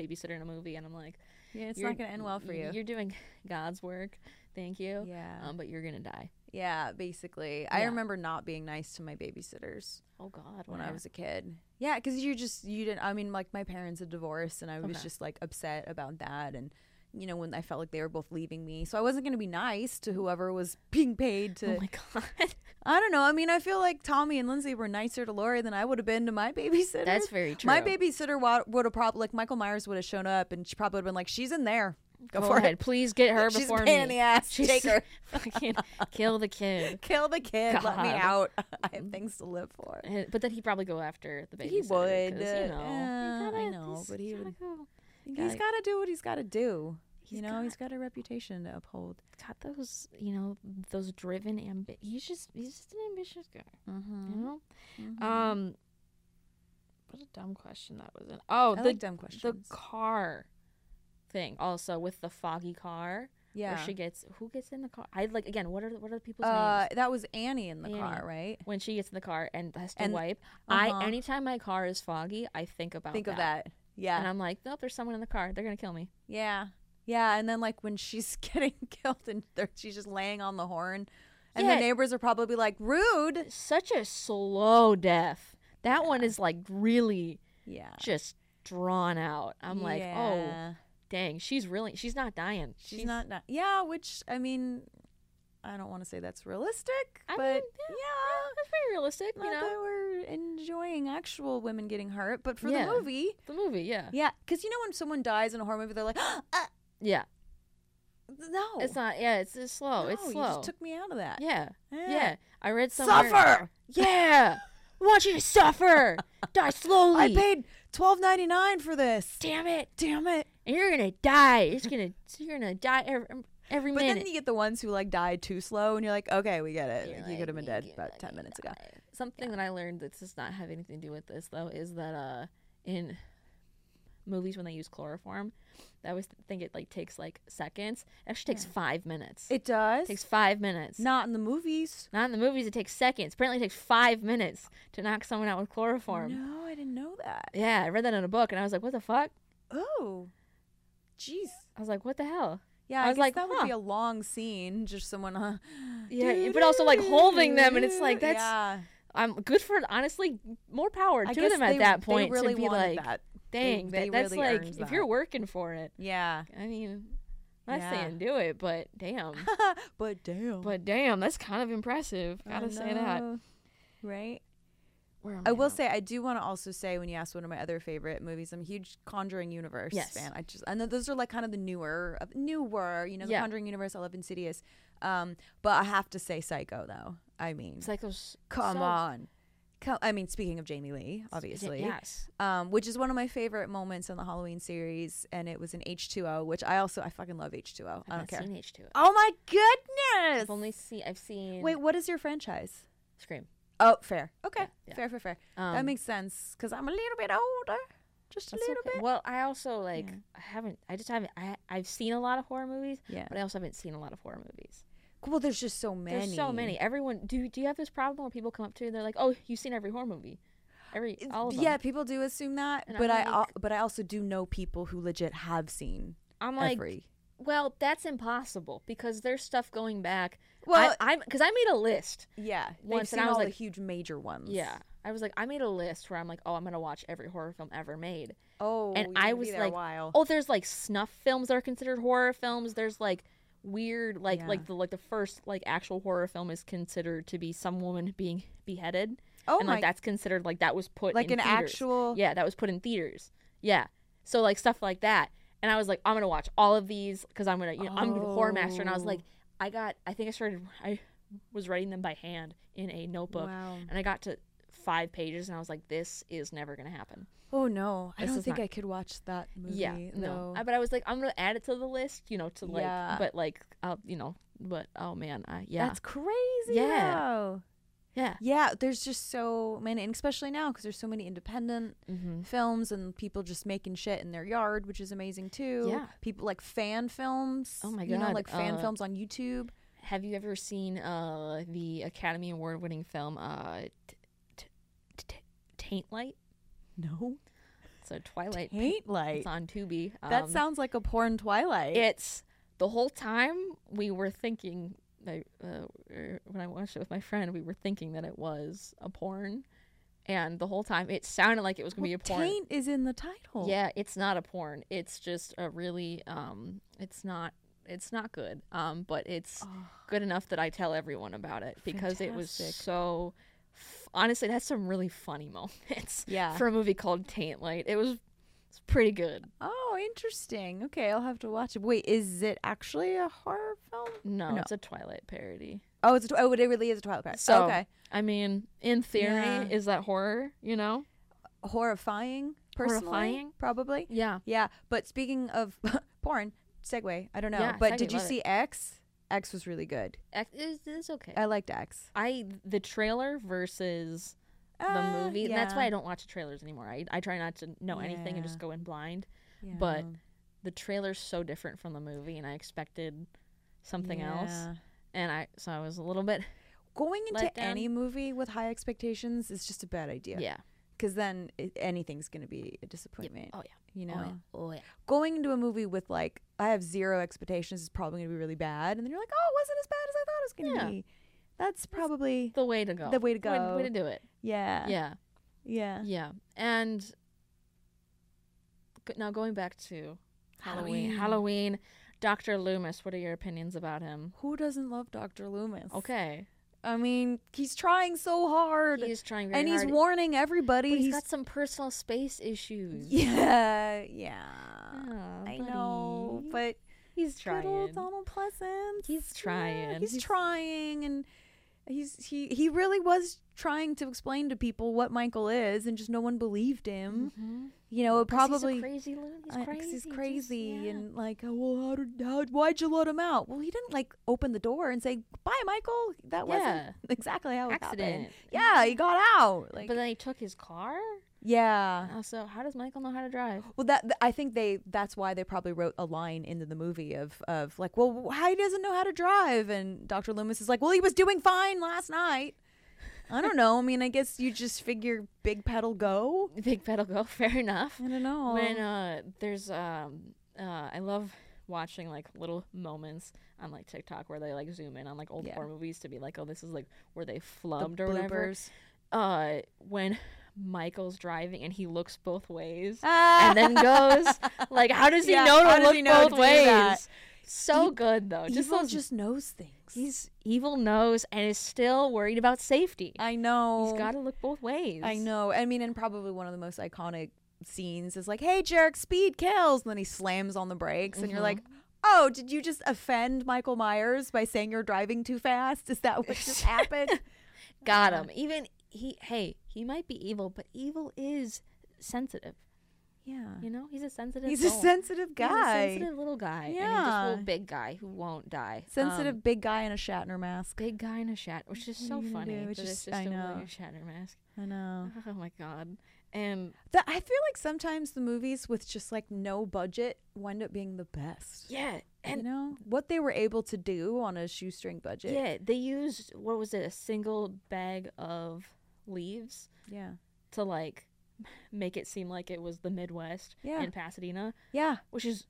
babysitter in a movie and i'm like
Yeah, it's
"You're-
not going to end well for
y-
you.
you're doing [LAUGHS] god's work thank you
Yeah.
um, but you're gonna die
yeah, basically. I
Yeah.
remember not being nice to my babysitters
oh god
when [LAUGHS] I was a kid. Yeah, because you just you didn't. I mean, like my parents had divorced, and I was
Okay.
just like upset about that, and you know when I felt like they were both leaving me, so I wasn't going to be nice to whoever was being paid to.
oh my god
I don't know. I mean, I feel like Tommy and Lindsay were nicer to Lori than I would have been to my
[LAUGHS]
babysitter.
that's very true
My babysitter wa- would have probably like Michael Myers would have shown up, and she probably would have been like, "She's in there. Go,
go
for
ahead
it.
please get her
[LAUGHS] She's a
before
pain
me [LAUGHS]
in the ass.
She's-
Take her.
fucking kill the kid
Kill the kid. Let
God.
me
Mm-hmm.
out. [LAUGHS] I have things to live for."
Uh, But then he'd probably go after the babysitter.
He
'cause,
would,
You know,
uh,
you
uh, I
gotta-
know,
he's-
but he
you
would-
gotta go.
He's
Gotta-
got to do what he's got to do.
He's
you know,
got-
he's got a reputation to uphold.
Got those, you know, those driven ambi. He's just, he's just an ambitious guy.
Mm-hmm.
You know. Um. What a dumb question that was. An, oh,
I
the
like dumb
the
questions.
car thing also with the foggy car.
yeah.
Where she gets who gets in the car? I like again. What are the, what are the people's
uh,
names?
that was Annie in the car,
Annie.
right?
When she gets in the car and has to
and-
wipe,
uh-huh.
I anytime my car is foggy, I think about
Think
that.
of that.
and
Yeah.
I'm like, nope, there's someone in the car. They're gonna kill me.
Yeah. Yeah. And then, like, when she's [LAUGHS] getting killed and they're- she's just laying on the horn, and
Yeah.
the neighbors are probably like, rude.
such a slow death. That one is like really
Yeah.
just drawn out. I'm like, oh
Yeah.
dang, she's really she's not dying.
She's, not, not. Yeah, which, I mean, I don't want to say that's realistic,
I
but
mean,
yeah.
That's very realistic, you
Not
know.
that we're enjoying actual women getting hurt, but for
Yeah.
the movie,
The movie, yeah,
Yeah, because you know when someone dies in a horror movie, they're like, ah,
yeah.
no,
It's not, yeah. It's, it's slow. it's
Oh. No,
slow.
You just took me out of that.
yeah,
Yeah. [LAUGHS]
yeah. I read somewhere.
Suffer.
Yeah. [LAUGHS] I want you to suffer. Die slowly.
[LAUGHS] I paid twelve ninety nine for this.
Damn it.
Damn it.
And you're gonna die. You're just gonna [LAUGHS] you're gonna die every, every
But
minute.
then you get the ones who like die too slow, and you're like, okay, we get it.
You're
Like, you
like,
could have been
"Thank
dead
you,
about
I'm
ten
gonna
minutes ago.
die." Something that I learned that does not have anything to do with this though is that uh in movies when they use chloroform, I always think it like takes like seconds. It actually takes five minutes.
It does.
takes five minutes.
Not in the movies.
Not in the movies. It takes seconds. Apparently, it takes five minutes to knock someone out with chloroform.
No, I didn't know that.
Yeah, I read that in a book, and I was like, "What the fuck?"
Oh, jeez.
I was like, "What the hell?"
Yeah, I,
I was
guess
like,
that would
huh.
be a long scene. Just someone, uh,
Yeah, but also like holding them, and it's like that's
yeah.
I'm good for honestly more power
I
to
guess
them at
they-
that
they
point
really
to be
wanted
like,
that. They-
dang,
they
that, that's
really
like
earned
if
that.
you're working for it.
Yeah,
I mean, I'm not
Yeah.
saying do it, but
[LAUGHS]
damn,
but damn.
but damn, that's kind of impressive.
I
Gotta say that.
know, Right.
Where am
I will
now?
say I do want to also say when you asked one of my other favorite movies, I'm a huge Conjuring universe
Yes.
fan. I just I know those are like kind of the newer of newer, you know, the
Yeah.
Conjuring universe. I love Insidious, um, but I have to say Psycho though. I mean,
it's like those.
come
so-
on, come. I mean, speaking of Jamie Lee, obviously,
yes.
um, which is one of my favorite moments in the Halloween series, and it was in H2O, which I also I fucking love H2O. I
I've
don't
not
care.
seen H two.
Oh my goodness!
I've only seen. I've seen.
Wait, what is your franchise?
Scream.
Oh, fair. Okay,
yeah.
fair, fair, fair. that
Um,
makes sense because I'm a little bit older, just a
That's
little
okay.
bit.
Well, I also like I haven't. I just haven't. I I've seen a lot of horror movies,
Yeah.
but I also haven't seen a lot of horror movies.
Well, there's just so many.
There's so many. Everyone, do do you have this problem where people come up to you and they're like, "Oh, you've seen every horror movie, every
It's-
all of
yeah,
them."
people do assume that,
And
but
I'm
I al-
like-
but I also do know people who legit have seen
I'm like,
every.
well, that's impossible because there's stuff going back.
Well-
Well, I, am because I made a list.
Yeah, they've
once,
seen
and I was
all the
like-
huge major ones.
Yeah, I was like, I made a list where I'm like, oh, I'm gonna watch every horror film ever made,
Oh,
and
you're
I
gonna be
was
there
like,
a while.
oh, there's like snuff films that are considered horror films. There's like weird, like
Yeah.
like the like the first like actual horror film is considered to be some woman being beheaded.
Oh
and
my-
like that's considered like that was put
Like
in
an
theaters.
actual-
yeah that was put in theaters yeah so like stuff like that and I was like I'm gonna watch all of these because I'm gonna you know I'm gonna horror master and I was
Oh.
like I got I think I started I was writing them by hand in a notebook
Wow.
and I got to five pages and I was like this is never gonna happen
Oh no, I
This
don't
is
think
not-
I could watch that movie.
yeah no
though.
I, but I was like I'm gonna add it to the list you know to like
Yeah.
but like I'll you know but oh man I, yeah
That's crazy.
Yeah.
though.
yeah
Yeah, there's just so many, and especially now because there's so many independent
Mhm.
films and people just making shit in their yard, which is amazing too.
Yeah.
people like fan films.
Oh my
you know,
God,
like fan
uh,
films on YouTube.
Have you ever seen uh, the Academy Award winning film uh, t- t- t- Taint Light?
No,
So Twilight. P-
Paint Light.
It's on Tubi. Um,
that sounds like a porn Twilight.
It's the whole time we were thinking, like, uh, er, when I watched it with my friend, we were thinking that it was a porn. And the whole time it sounded like it was going to be a porn.
Taint is in the title.
Yeah, it's not a porn. It's just a really um it's not it's not good. Um but it's good enough that I tell everyone about it because it was
Fantastic.
so f- honestly that's some really funny [LAUGHS] moments
Yeah.
for a movie called Taint Light. It was it's pretty good.
Oh, interesting. Okay, I'll have to watch it. Wait, is it actually a horror film?
No,
No.
it's a Twilight parody.
Oh, it's a, tw- oh, it really is a Twilight. Princess.
So
okay,
I mean, in theory,
Yeah.
is that horror, you know?
horrifying. Personally,
Horrifying?
probably.
Yeah.
Yeah, but speaking of [LAUGHS] porn, segue. I don't know,
Yeah,
but
segue,
did you
love it.
see X? X was really good.
Ac- It's, it's okay.
I liked X.
I the trailer versus the
Uh,
movie. And that's why
yeah,
I don't watch trailers anymore. I, I try not to know anything and just
Yeah.
go in blind.
yeah.
But the trailer's so different from the movie, and I expected something else.
Yeah.
And I so I was a little bit
Going into
let down.
any movie with high expectations is just a bad idea.
yeah.
because then i anything's gonna be a disappointment.
Oh yeah.
You know,
Oh, yeah. Oh yeah.
going into a movie with like I have zero expectations is probably gonna be really bad, and then you're like, oh, it wasn't as bad as I thought it was gonna
Yeah.
be. That's probably
The way to go.
The way to
Way,
go.
to do it.
yeah,
Yeah.
yeah.
Yeah. And go- now going back to Halloween. Halloween. Dr. Loomis, what are your opinions about him?
Who doesn't love Dr. Loomis?
Okay.
I mean, he's trying so hard.
He's trying very
and he's
hard.
warning everybody.
but he's
[LAUGHS]
got some personal space issues.
yeah, yeah.
Aw,
I know,
buddy.
but
Oh, He's
good
trying.
old Donald Pleasance.
He's
yeah,
trying.
he's,
He's-
trying, and He's he he really was trying to explain to people what Michael is, and just no one believed him. You know, it probably
Mm-hmm. he's a crazy loon. He's
uh, 'cause
crazy.
he's
just-
crazy
yeah.
and like, oh, well, how did how why'd you let him out? Well, he didn't like open the door and say bye, Michael.
Yeah.
That wasn't [LAUGHS] exactly how it happened.
Accident.
Yeah, he got out. Like,
but then he took his car.
yeah.
Also, how does Michael know how to [GASPS] drive?
Well, that th- I think they that's why they probably wrote a line into the movie of of like, well, wh- how he doesn't know how to drive, and Dr. Loomis is like, well, he was doing fine last night. I don't know. I mean, I guess you just figure big pedal go.
Big pedal go. [LAUGHS] Fair enough.
I don't know.
When uh, there's um, uh, I love watching like little moments on like TikTok where they like zoom in on like old
Yeah.
horror movies to be like, oh, this is like where they
The
flubbed or whatever.
bloopers.
Uh, when Michael's driving and he looks both ways
Ah,
and
[LAUGHS]
then goes like, how does he
Yeah,
know
how
to
does
look
he know to
both
do
ways?
that?
So
Ev-
good though. Just
evil
those
just knows things.
He's evil knows and is still worried about safety.
I know.
He's got to look both ways.
Oh. I know. I mean, and probably one of the most iconic scenes is like, "Hey, Jarek, speed kills," and then he slams on the brakes, and you're like,
Mm-hmm.
"Oh, did you just offend Michael Myers by saying you're driving too fast? Is that what
[LAUGHS]
just happened?" [LAUGHS]
Got him. Even he. Hey, he might be evil, but evil is sensitive.
Yeah,
You know, he's a sensitive.
he's a
soul.
sensitive
He's a
guy, sensitive,
sensitive little guy. And he's just a
Yeah.
little big guy who won't die. Um,
big guy in a Shatner mask.
big guy in a shat, which is
What are
so
you gonna
funny.
do?
Which
It's
is
just-
just
I
a
know.
William Shatner mask.
I know.
[LAUGHS] Oh my god. And
That I feel like sometimes the movies with just like no budget wind up being the best.
yeah,
you
and
know what they were able to do on a shoestring budget.
yeah, they used what was it? A single bag of leaves.
yeah,
to like [LAUGHS] make it seem like it was the Midwest
Yeah.
in Pasadena,
yeah,
which is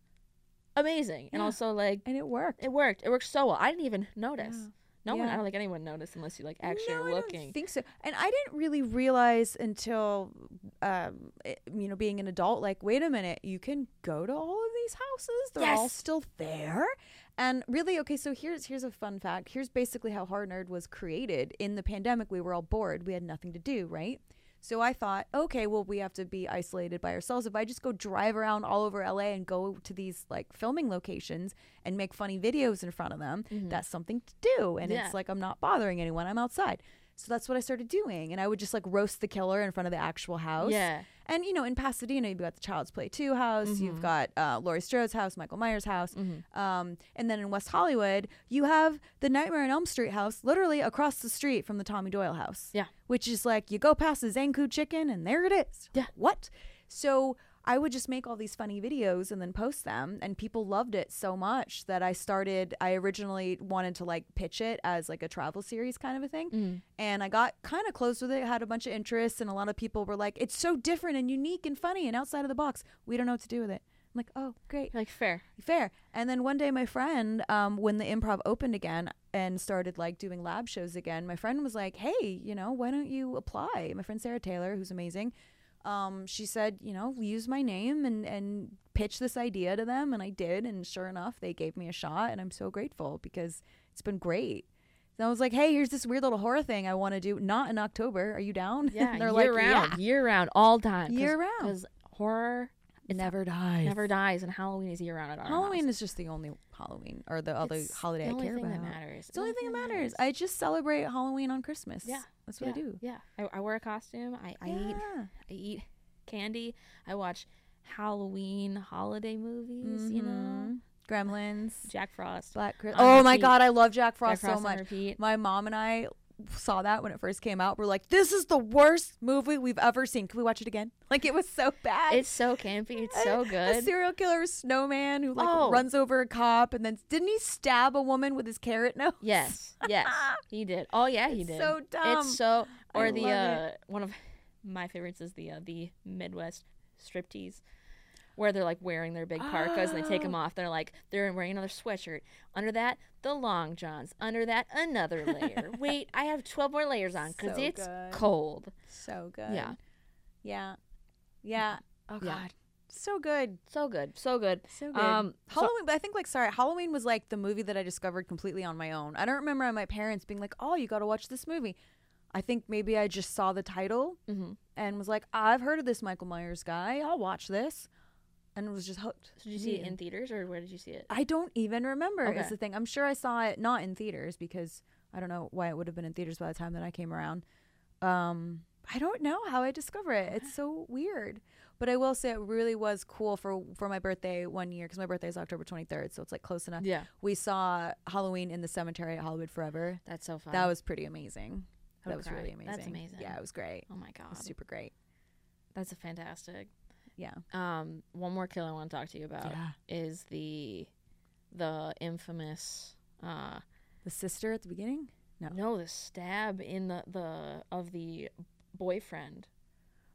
amazing. And
Yeah.
also like
and it worked.
it worked. It worked so well. I didn't even notice.
Yeah.
No one. I
Yeah.
don't think anyone noticed unless you like actually
no,
are
I don't
looking.
think so. And I didn't really realize until, um, it- you know, being an adult, like, wait a minute, you can go to all of these houses. They're all
Yes.
still there. And really, okay, so here's here's a fun fact. Here's basically how Hard Nerd was created. In the pandemic, we were all bored. We had nothing to do, right? So I thought, okay, well, we have to be isolated by ourselves. If I just go drive around all over LA and go to these like filming locations and make funny videos in front of them, that's something to do. And
Mm-hmm. Yeah.
it's like I'm not bothering anyone. I'm outside. So that's what I started doing. And I would just like roast the killer in front of the actual house.
Yeah.
And you know, in Pasadena, you've got the Child's Play Two house, you've got uh, Laurie Strode's house, Michael Myers' house, um, and then in West Hollywood, you have the Nightmare on Elm Street house, literally across the street from the Tommy Doyle house.
Yeah.
which is like you go past the Zanku Chicken, and there it is.
Yeah.
what? So I would just make all these funny videos and then post them, and people loved it so much that I started. I originally wanted to like pitch it as like a travel series kind of a thing, and I got kind of close with it. Had a bunch of interests, and a lot of people were like, "It's so different and unique and funny and outside of the box. We don't know what to do with it." I'm like, "Oh, great."
Like fair.
Fair. And then one day, my friend, um, when the improv opened again and started like doing lab shows again, my friend was like, "Hey, you know, why don't you apply?" My friend Sarah Taylor, who's amazing, um, she said, "You know, use my name and and pitch this idea to them." And I did, and sure enough, they gave me a shot, and I'm so grateful because it's been great. And I was like, "Hey, here's this weird little horror thing I want to do. Not in October. Are you down?"
Yeah.
[LAUGHS] [LAUGHS] and
year round. Year round. All time.
Year round.
Because horror
"Yeah, never dies.
never dies, and Halloween is year round at our
Halloween
house.
is just the only Halloween or the other
It's
holiday
the
I
only
care
thing
about.
that matters.
It's the only thing that matters. I just celebrate Halloween on Christmas.
Yeah,
that's what
yeah,
I do.
Yeah. I, I wear a costume. I, I eat
Yeah.
I eat candy. I watch Halloween holiday movies, you know.
Mhm. Gremlins,
Jack Frost.
Black Christmas.
on
Oh my
repeat.
god, I love Jack
Jack
Frost, so
Frost on
much.
repeat.
My mom and I saw that when it first came out. We're like, this is the worst movie we've ever seen. Can we watch it again? [LAUGHS] Like it was so bad.
It's so campy.
[LAUGHS]
It's so
A
good.
serial killer snowman who like
Oh.
runs over a cop and then didn't he stab a woman with his carrot nose?
Yes, yes, he did. Oh yeah, he
It's
did.
so dumb.
It's so.
I
Or the uh,
love
one of my favorites is the uh, the Midwest striptease, where they're like wearing their big parkas and they
[GASPS]
take them off. They're like they're wearing another sweatshirt. Under that, the long johns. Under that, another
[LAUGHS]
layer. Wait, I have twelve more layers on because
So
it's
good.
cold.
[LAUGHS] So good.
Yeah.
Yeah. Yeah. Oh god.
Yeah.
So good.
So good, so good.
So good.
Um, so-
Halloween, but I think like sorry, Halloween was like the movie that I discovered completely on my own. I don't remember my parents being like, "Oh, you got to watch this movie." I think maybe I just saw the title
Mhm.
and was like, "I've heard of this Michael Myers guy. I'll watch this," and was just hooked.
So did you see it in theaters or where did you see it?
I don't even remember
Okay.
is the thing. I'm sure I saw it not in theaters because I don't know why it would have been in theaters by the time that I came around. Um, I don't know how I discover it. It's so weird. But I will say it really was cool for for my birthday one year because my birthday is October 23rd, so it's like close enough.
Yeah.
We saw Halloween in the cemetery at Hollywood Forever.
That's so fun.
That was pretty amazing.
would
That was
cry.
really amazing.
That's amazing.
Yeah, it was great.
oh my
It
god,
was super great.
that's a fantastic.
Yeah.
Um, one more kill I want to talk to you about
Yeah.
is the the infamous uh
The sister at the beginning? No.
no the stab in the the of the boyfriend.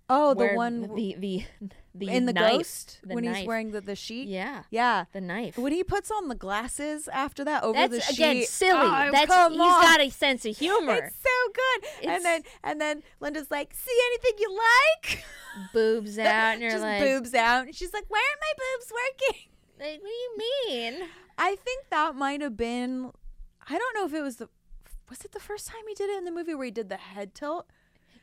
Oh, the
where
one w-
the the the
in the
knife-
ghost
the
when he's
knife.
wearing the, the sheet?
yeah
Yeah.
the knife.
When he puts on the glasses after that over the
That's
sheet.
again silly.
Oh,
That's
come
he's
on.
got a sense of humor.
It's so good.
It's-
and then and then Linda's like, "See anything you like?"
[LAUGHS] boobs out,
[LAUGHS]
and you're
Just
like,
boobs out. And she's like, "Why aren't my boobs working?" [LAUGHS]
like, what do you mean?
I think that might have been I don't know if it was the was it the first time he did it in the movie where he did the head tilt?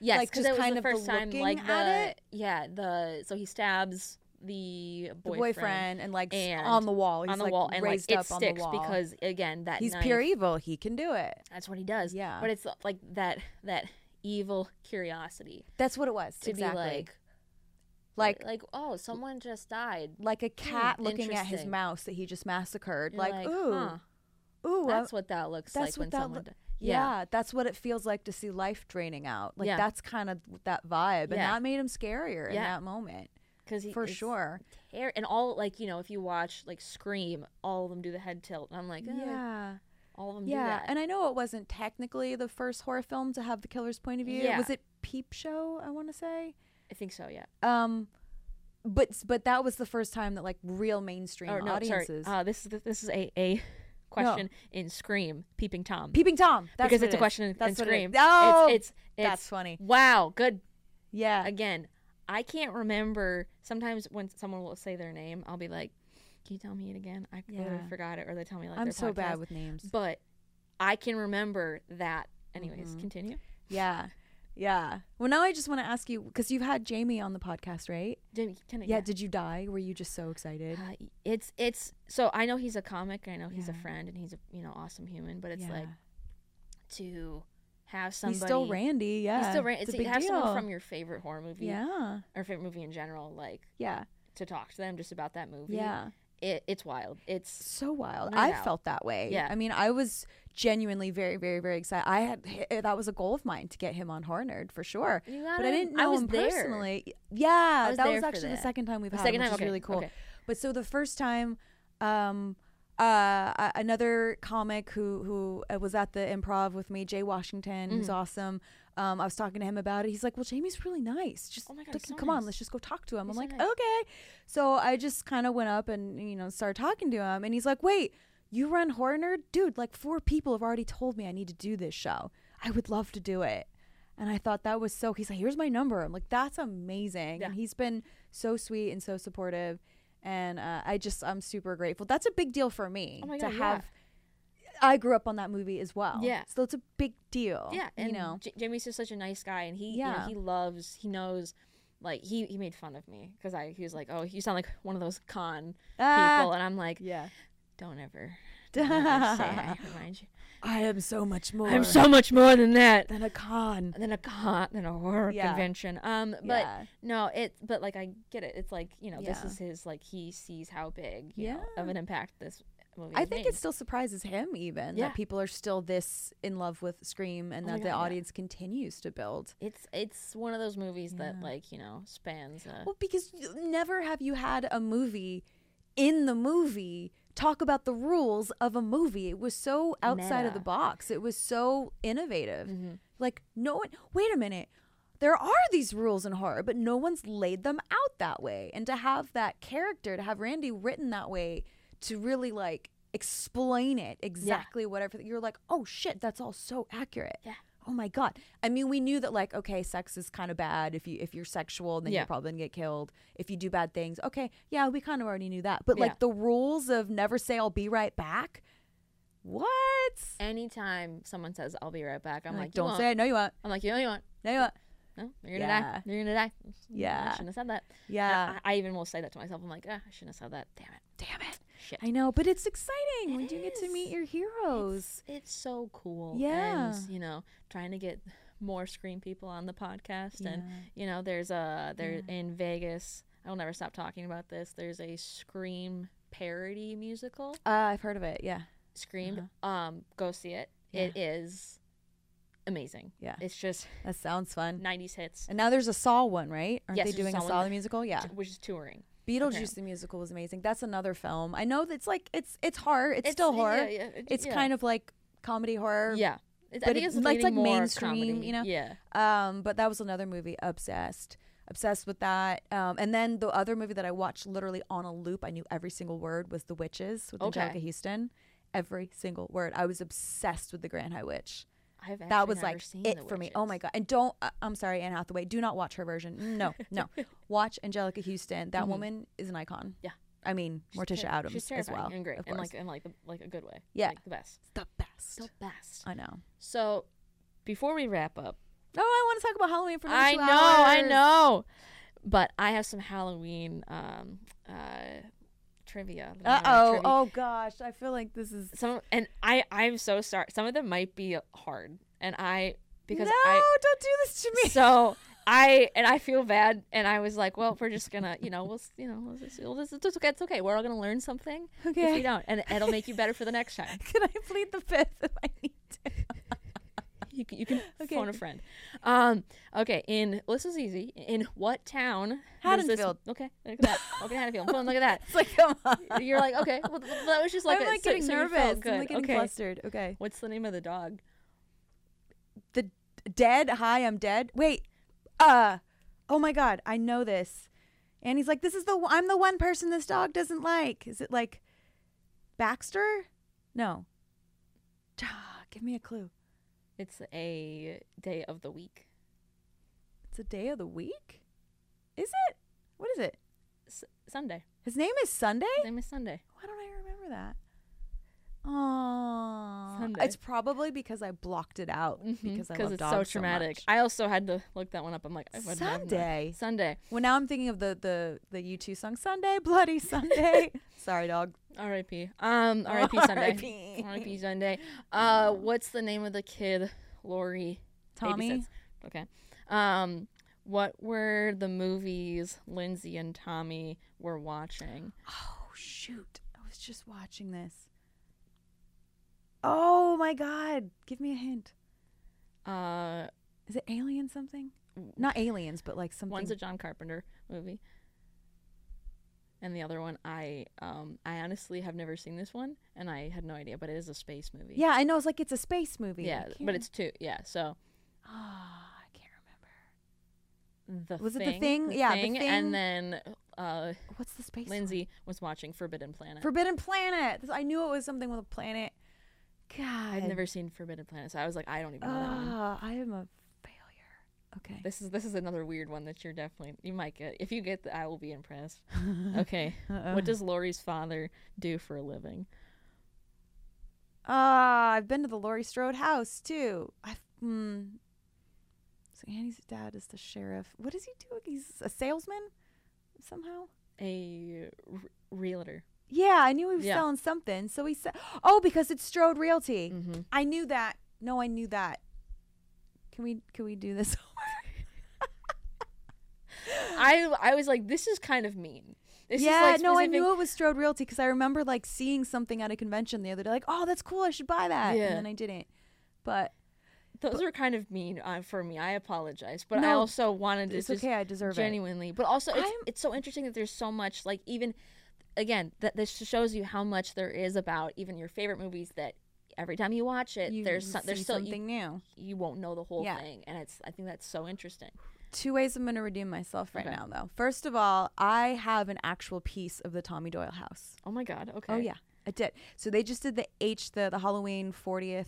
Yes,
Like,
'cause
just
it was
kind
the
of the
first time,
looking
like the
at it?
yeah, the so he stabs the boyfriend,
The boyfriend and like s-
and
on the wall. He's
on the
like
wall, and like
raised
it
up on
sticks
the wall.
because again that
he's
knife,
pure evil. He can do it.
That's what he does.
Yeah.
but it's like that that evil curiosity
That's what it was.
to
exactly.
be like
like
like oh someone just died.
like a cat looking at his
Hmm, interesting.
mouse that he just massacred.
You're
Like, ooh,
huh,
ooh, I-
that's what that looks like
that's what
when
that
someone.
look-
di-
yeah. that's what it feels like to see life draining out. Like
Yeah.
that's kind of that vibe, and
Yeah.
that made him scarier in
Yeah.
that moment
because he
for
it's
sure.
ter- and all like you know if you watch like Scream, all of them do the head tilt. And I'm like, "Ugh,
Yeah,
all of them do
yeah,
that.
and I know it wasn't technically the first horror film to have the killer's point of view.
Yeah.
Was it Peep Show? I want to say.
I think so. Yeah.
Um, but but that was the first time that like real mainstream
Or no,
audiences.
sorry. Uh, this is this is a a question in Scream, Peeping Tom.
Peeping Tom. That's
because
what
it's a
it is.
question in,
That's
in
what it
Scream.
is. Oh,
it's, it's it's
that's funny.
Wow, good.
Yeah,
Again, I can't remember. Sometimes when someone will say their name, I'll be like, "Can you tell me it again?" I literally
Yeah.
forgot it, or they tell me like
I'm
their
so
podcast.
bad with names.
But I can remember that. Anyways,
Mm-hmm.
continue.
Yeah. Yeah. Well, now I just want to ask you because you've had Jamie on the podcast, right?
Jamie, can I,
Yeah. Did you die? Were you just so excited?
Uh, it's it's so I know he's a comic, I know he's a
Yeah.
friend, and he's a you know awesome human. [SIGHS] But it's
yeah.
like to have somebody.
he's still Randy. Yeah.
He's still ran. It's,
a
you
big
have someone
deal.
from your favorite horror movie
Yeah.
or favorite movie in general, like
Yeah.
to talk to them just about that movie.
Yeah.
it, it's wild. It's
So wild.
No
I
doubt.
felt that way.
Yeah.
I mean, I was genuinely very, very, very excited. I had eh, that was a goal of mine to get him on Horror Nerd for sure.
You
but
gotta-
I didn't
I
know
was
him
there.
personally. Yeah.
was
that
there
was
for
actually
that.
the second time we've
The
had
second
him, which
time?
is
Okay,
really cool.
okay.
But so the first time, um, uh, a- another comic who who uh, was at the improv with me, Jay Washington, who's
Mm-hmm.
awesome. Um, I was talking to him about it. He's like, "Well, Jamie's really nice. Just
Oh my God,
like,
he's so
come
nice.
on, let's just go talk to him."
He's
I'm
so
like,
nice.
"Okay." So I just kind of went up and you know started talking to him, and he's like, "Wait, you run Horror Nerd, dude? Like four people have already told me I need to do this show. I would love to do it." And I thought that was so. He's like, "Here's my number." I'm like, "That's amazing."
Yeah.
And he's been so sweet and so supportive, and uh, I just I'm super grateful. That's a big deal for me
Oh my
to
God, yeah.
have. I grew up on that movie as well.
Yeah.
so it's a big deal.
yeah, and
Oh, you know,
J- Jamie's just such a nice guy, and he you know,
Yeah.
he loves he knows. Like he, he made fun of me because I he was like oh you sound like one of those con
Ah. [LAUGHS]
people and I'm like
yeah.
don't
[LAUGHS]
ever, don't ever say I remind you
I am so much more.
I'm so much more than that
than a con.
than a con than a horror
Yeah.
convention. Um, but
Yeah.
no, it but like I get it. It's like you know this
Yeah.
is his like he sees how big you know, of
Yeah.
an impact this movie.
I
has
think
made.
it still surprises him even
Yeah.
that people are still this in love with Scream and
Oh my
that the
God, yeah.
audience continues to build.
it's it's one of those movies that
Yeah.
like you know spans. Uh,
Well, because you- never have you had a movie in the movie talk about the rules of a movie. It was so outside of the
Meta. Mm-hmm.
box. It was so innovative. Like no one. Wait a minute. There are these rules in horror, but no one's laid them out that way. And to have that character, to have Randy written that way, to really like explain it exactly what everything you're like, oh shit, that's all so accurate.
Yeah.
Oh my god. I mean, we knew that like, okay, sex is kind of bad if you if you're sexual, then
Yeah.
you're probably gonna get killed. If you do bad things, okay, yeah, we kind of already knew that. But like
Yeah.
the rules of never say I'll be right back. What?
anytime someone says I'll be right back, I'm
like,
like, you
don't
won't.
say it. No, you won't.
I'm like you know you won't.
No, you won't.
No, you're gonna die.
Yeah.
You're gonna die. I
Yeah.
shouldn't have said that.
Yeah.
I, I even will say that to myself. I'm like, ah, I shouldn't have said that. Damn it.
Damn it.
shit.
I know, but it's exciting when you get to
is.
meet your heroes.
It's, it's so cool.
Yeah.
And, you know, trying to get more screen people on the podcast. And,
Yeah.
you know, there's a, there in Vegas, I will never stop talking about this. There's a Scream parody musical.
Uh, I've heard of it. Yeah.
Scream.
Uh-huh.
Um, go see it. It is amazing.
Yeah.
It's just
That sounds fun.
90s hits,
And now there's a Saw one, right? Aren't
Yes,
they
there's a
doing a
Saw one.
Saw the musical? Yeah.
which is touring.
Beetlejuice
Okay.
the musical was amazing. That's another film. I know that's like it's it's horror. It's,
It's-
still horror.
yeah, yeah, it-
it's
yeah.
kind of like comedy horror.
Yeah. It's, I
but
think
it-
it's,
it's
leaning
like
more
mainstream,
comedy.
you know?
Yeah.
Um, but that was another movie. Obsessed. Obsessed with that. Um, and then the other movie that I watched literally on a loop, I knew every single word was The Witches with
Okay.
Angelica Houston. Every single word. I was obsessed with The Grand High Witch.
I've
that
actually
was
never
like
seen
it
The
for me. Oh my
Witches.
god! And don't uh, I'm sorry, Anne Hathaway. Do not watch
[LAUGHS]
her version. No, no. watch Angelica Houston. That woman is an icon.
Mm-hmm. Yeah.
I mean Morticia
Terri-
Adams
She's
as
terrifying
well.
and great,
of
and
course.
like and like the, like a good way.
Yeah.
like the best,
the best.
the best.
I know.
So, before we wrap up,
Oh, I want to talk about Halloween for another
I
two
know, I
hours.
know, but I have some Halloween um uh trivia. little
Uh
minor
oh!
trivia.
Oh gosh! I feel like this is
Some and I I'm so sorry. Some of them might be hard, and I because
no! [LAUGHS]
I
don't do this to me.
so I and I feel bad, and I was like, well, we're just gonna, you know, we'll, s- you know, we'll just, we'll just, it's okay, it's okay. We're all gonna learn something if
[LAUGHS] Okay.
we don't, and it'll make you better for the next time.
Can I plead the fifth [LAUGHS] if I need to?
You can, you can
[LAUGHS] Okay.
phone a friend. Um, okay, in well, this is easy. In what town? does this-
Haddonfield.
okay, look at that. Okay, Haddonfield. Boom, look at
It's like come on.
that. You're like,
[LAUGHS]
okay, well, th- that was just like
I'm
a-
like
so-
getting
so you felt
nervous.
good.
I'm like getting
okay.
flustered. Okay.
What's the name of the dog?
the dead hi i'm dead wait uh oh my god i know this and he's like this is the one- i'm the one person this dog doesn't like is it like baxter no Ah, give me a clue
It's a day of the week.
it's a day of the week is it what is it
S- Sunday.
his name is sunday
His name is Sunday.
why don't i remember that oh
Sunday. Mm-hmm,
it's probably because i blocked it out because i love
it's
dogs
so traumatic.
much.
I also had to look that one up. I'm like, I wouldn't have known.
Sunday.
Sunday.
well now i'm thinking of the the the u2 song sunday bloody sunday
[LAUGHS]
sorry [LAUGHS] dog
R.I.P.
[LAUGHS]
Um, [LAUGHS] R.I.P. Sunday.
R.I.P..
R.I.P. Sunday. Uh, what's the name of the kid? Lori.
Tommy?
babysits. Okay. Um, what were the movies Lindsay and Tommy were watching?
Oh shoot! I was just watching this. Oh my god! Give me a hint.
Uh,
Is it Alien something? Not aliens, but like something.
one's a John Carpenter movie, and the other one I um I honestly have never seen this one, and I had no idea, but it is a space movie.
yeah, I know. It's like it's a space movie. I
Yeah,
can't
but it's two. Yeah, so
rem- Ah, I can't remember.
the
Was it The
thing,
Thing? Yeah, The Thing.
and then uh,
What's the space? one?
Lindsay was watching Forbidden Planet.
Forbidden Planet. This- I knew it was something with a planet. God,
I've never seen Forbidden Planet, so I was like, I don't even know that one.
Ah, I am a failure. Okay.
This is this is another weird one that you're definitely you might get. If you get that, I will be impressed.
[LAUGHS]
[LAUGHS] Okay, what does Lori's father do for a living?
Ah, I've been to the Laurie Strode house too. I mm, so Annie's dad is the sheriff. What does he do? He's a salesman somehow.
A r- realtor.
Yeah, I knew he was
Yeah.
selling something. So he said, "Oh, because it's Strode Realty."
Mm.
I knew that. No, I knew that. Can we can we do this? [LAUGHS]
I I was like, this is kind of mean. [LAUGHS] This
yeah,
is like
no, I
specific-
knew it was Strode Realty because I remember like seeing something at a convention the other day. Like, oh, that's cool. I should buy that.
Yeah.
And then I didn't. But
those were kind of mean uh, for me. I apologize, but I
No,
also wanted to
it's
just
okay. I deserve it.
genuinely. But also, it's,
I'm-
it's so interesting that there's so much like even again that this just shows you how much there is about even your favorite movies that every time you watch it,
You
there's so, e
see
there's still you-
something new.
you won't know the whole
Yeah.
thing and it's i think that's so interesting
two ways I'm going to redeem myself right
Okay.
now, though. First of all, I have an actual piece of the Tommy Doyle house.
oh my god okay
Oh yeah, I did. So they just did the H the the Halloween 40th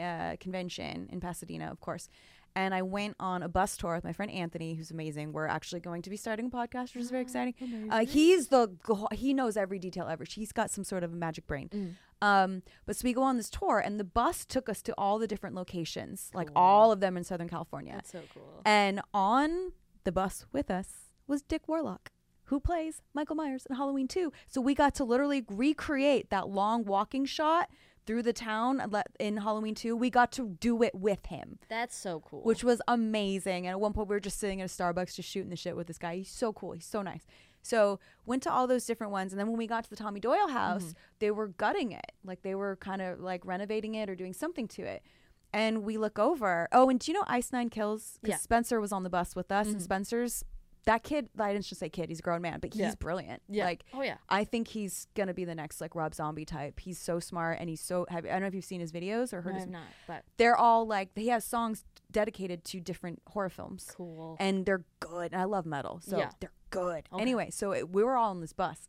uh, convention in Pasadena, of course. And I went on a bus tour with my friend Anthony, who's amazing. We're actually going to be starting a podcast, which is very exciting. Uh, he's the go- he knows every detail ever. He's got some sort of a magic brain. Um, but so we go on this tour, and the bus took us to all the different locations, like all of them in Southern California.
that's so cool
And on the bus with us was Dick Warlock. who plays Michael Myers in Halloween 2. So we got to literally recreate that long walking shot through the town le- in Halloween 2. We got to do it with him,
That's so cool.
which was amazing. And at one point, we were just sitting at a Starbucks just shooting the shit with this guy. He's so cool. He's so nice. So went to all those different ones. And then when we got to the Tommy Doyle house,
Mm-hmm.
they were gutting it. Like they were kind of like renovating it or doing something to it. And we look over. Oh, and do you know Ice Nine Kills? Because
Yeah. Mm-hmm.
Spencer was on the bus with us, and Spencer's that kid. I didn't just say kid; he's a grown man, but he's
Yeah.
brilliant.
Yeah.
Like,
Oh, yeah.
I think he's gonna be the next like Rob Zombie type. He's so smart, and he's so. Have, I don't know if you've seen his videos or heard
no,
his.
I'm not, but
They're all like he has songs dedicated to different horror films
cool.
and they're good. And I love metal, so
Yeah.
they're good.
Okay.
Anyway, so it, we were all on this bus,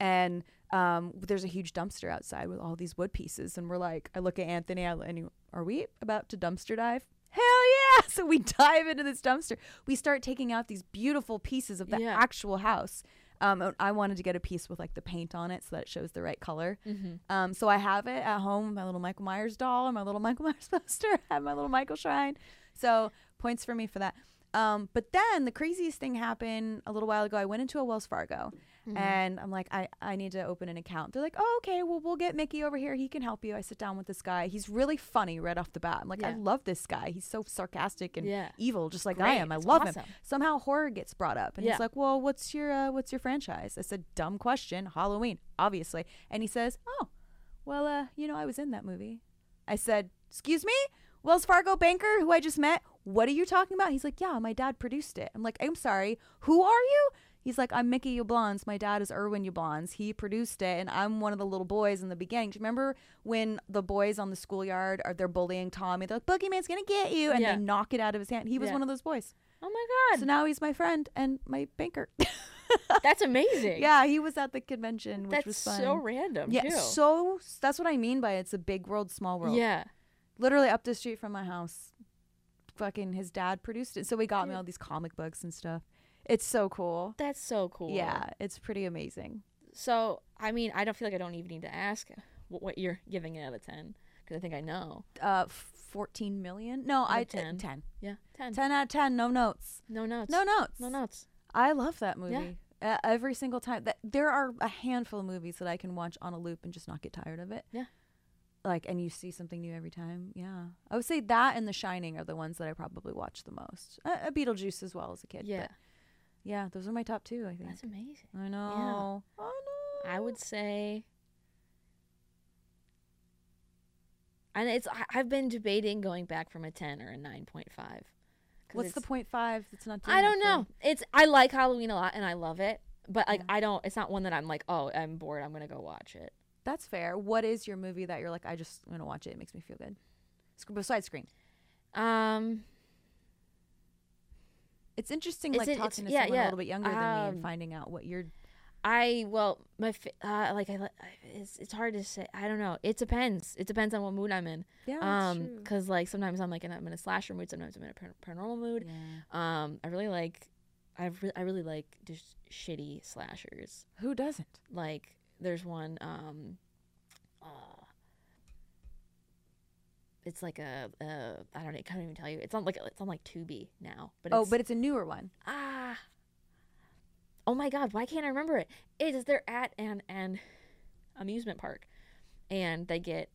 and um, there's a huge dumpster outside with all these wood pieces, and we're like, I look at Anthony, I, and are we about to dumpster dive? Hell yeah! [LAUGHS] So we dive into this dumpster. We start taking out these beautiful pieces of the
Yeah.
actual house. Um, and I wanted to get a piece with like the paint on it so that it shows the right color.
Mm-hmm.
Um, so I have it at home, my little Michael Myers doll, and my little [LAUGHS] Michael Myers poster, I have my little Michael shrine. So points for me for that. Um, but then the craziest thing happened a little while ago. I went into a Wells Fargo
Mm-hmm.
and I'm like, I, I need to open an account. They're like, oh, okay, well, we'll get Mickey over here. He can help you. I sit down with this guy. He's really funny right off the bat. I'm like, I
Yeah.
love this guy. He's so sarcastic and
Yeah.
evil, just like I
Great.
am. I
It's
love him.
awesome.
Somehow horror gets brought up. And
Yeah.
he's like, well, what's your, uh, what's your franchise? I said, dumb question. Halloween, obviously. And he says, oh, well, uh, you know, I was in that movie. I said, Excuse me? Wells Fargo banker who I just met? What are you talking about? He's like, Yeah, my dad produced it. I'm like, I'm sorry. Who are you? He's like, I'm Mickey Yablons. My dad is Erwin Yablons. He produced it, and I'm one of the little boys in the beginning. Do you remember when the boys on the schoolyard are they're bullying Tommy? They're like, Boogeyman's gonna get you, and
Yeah.
they knock it out of his hand. He was
Yeah.
one of those boys.
oh my
So
god,
now he's my friend and my banker. [LAUGHS]
that's amazing.
yeah, he was at the convention, which
that's
was fun.
so random.
yeah,
too.
so that's what I mean by it's a big world, small world
yeah.
literally up the street from my house. Fucking his dad produced it. So he got me all these comic books and stuff. It's so cool.
That's so cool.
Yeah, it's pretty amazing.
So I mean, I don't feel like I don't even need to ask what, what you're giving it out of ten because I think I know.
Uh, 14 million? No, I 10.
10.
10.
Yeah, ten.
10 out of 10. No notes.
No notes.
No notes.
No notes.
I love that
Yeah.
movie. Uh, every single time. That There are a handful of movies that I can watch on a loop and just not get tired of it.
Yeah.
Like, and you see something new every time. Yeah. I would say that and The Shining are the ones that I probably watch the most. Uh, uh, Beetlejuice as well as a kid.
Yeah,
but yeah, those are my top two, I think.
that's amazing.
I know. I know.
I would say, and it's I- I've been debating going back from a ten or a nine point five.
What's the point five? It's not. Doing
I
it
don't
for
know.
you?
It's I like Halloween a lot and I love it, but like
Yeah.
I don't. It's not one that I'm like, oh, I'm bored. I'm gonna go watch it.
That's fair. What is your movie that you're like? I just want to watch it. It makes me feel good. Sc- Besides Scream,
Um,
it's interesting.
It's
like
in- it's-
talking to
yeah,
someone
yeah.
a little bit younger than me
Um,
and finding out what you're.
I well, my fa- uh, like I li- I- it's it's hard to say. I don't know. It depends. It depends on what mood I'm in.
Yeah, Oh, that's
Um,
true.
because like sometimes I'm like in, I'm in a slasher mood. Sometimes I'm in a par- paranormal mood. Um, I really like, I re- I really like just shitty slashers.
Who doesn't?
Like there's one, um, uh, it's like a, a I don't know, I can't even tell you. It's on like it's on like Tubi now. But
oh,
it's,
but it's a newer one.
ah, oh my God, why can't I remember it? It is they're at an an amusement park, and they get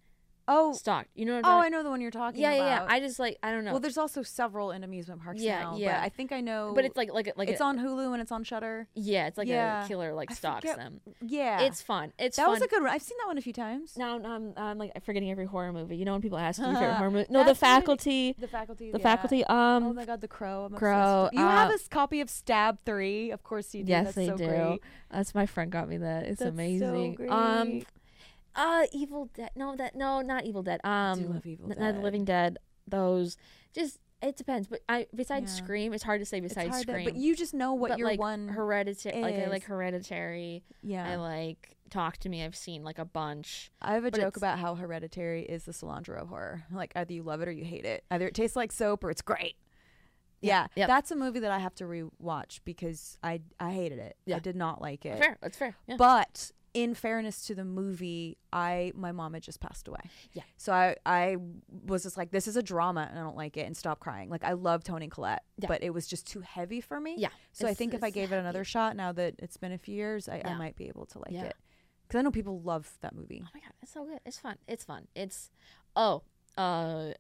Oh,
stalked. You know what I'm
oh, I
talking-
know the one you're talking
yeah,
about.
yeah, yeah. I just like I don't know.
well, there's also several in amusement parks
Yeah,
now.
yeah.
But I think I know.
but it's like like a- like
it's
a,
on Hulu and it's on Shutter.
yeah, it's like
Yeah.
a killer like
I
stalks
forget-
them.
Yeah,
It's fun. It's
that
fun.
was a good one. I've seen that one a few times.
now now I'm, I'm like forgetting every horror movie. You know when people ask you your
[LAUGHS]
favorite horror movie? No, the
That's what it-
faculty.
The faculty.
The
yeah.
faculty. Um,
Oh my god, the crow. I'm
Crow,
Obsessed with. You have
uh,
a s- copy of Stab Three, of course you do.
yes,
That's
they
so
do.
Great.
That's my friend got me that. It's
That's so
amazing. Um,
great.
uh, Evil Dead. No, that no, not Evil Dead. Um,
love Evil
N- Night of the
Dead.
Living Dead. Those just it depends. But I besides
Yeah.
Scream, it's hard to say
It's
besides
hard to-
Scream.
but you just know what
But,
your
like
one.
hereditary, like I
is.
like hereditary. I
yeah,
like Talk to Me. I've seen like a bunch.
I have a
but
joke
it's-
about how Hereditary is the cilantro of horror. Like either you love it or you hate it. Either it tastes like soap or it's great. Yeah,
yep.
that's a movie that I have to rewatch because I I hated it.
Yeah.
I did not like it.
Fair, that's fair. Yeah.
But in fairness to the movie, I my mom had just passed away.
Yeah.
So I I was just like, this is a drama, and I don't like it, and stop crying. Like I love Tony Collette,
Yeah.
but it was just too heavy for me.
Yeah.
So I
It's-
think if I
it's
gave it another
heavy.
shot now that it's been a few years, I, I
Yeah.
might be able to like
Yeah.
it because I know people love that movie.
Oh my god, it's so good. It's fun. It's fun. It's oh, uh,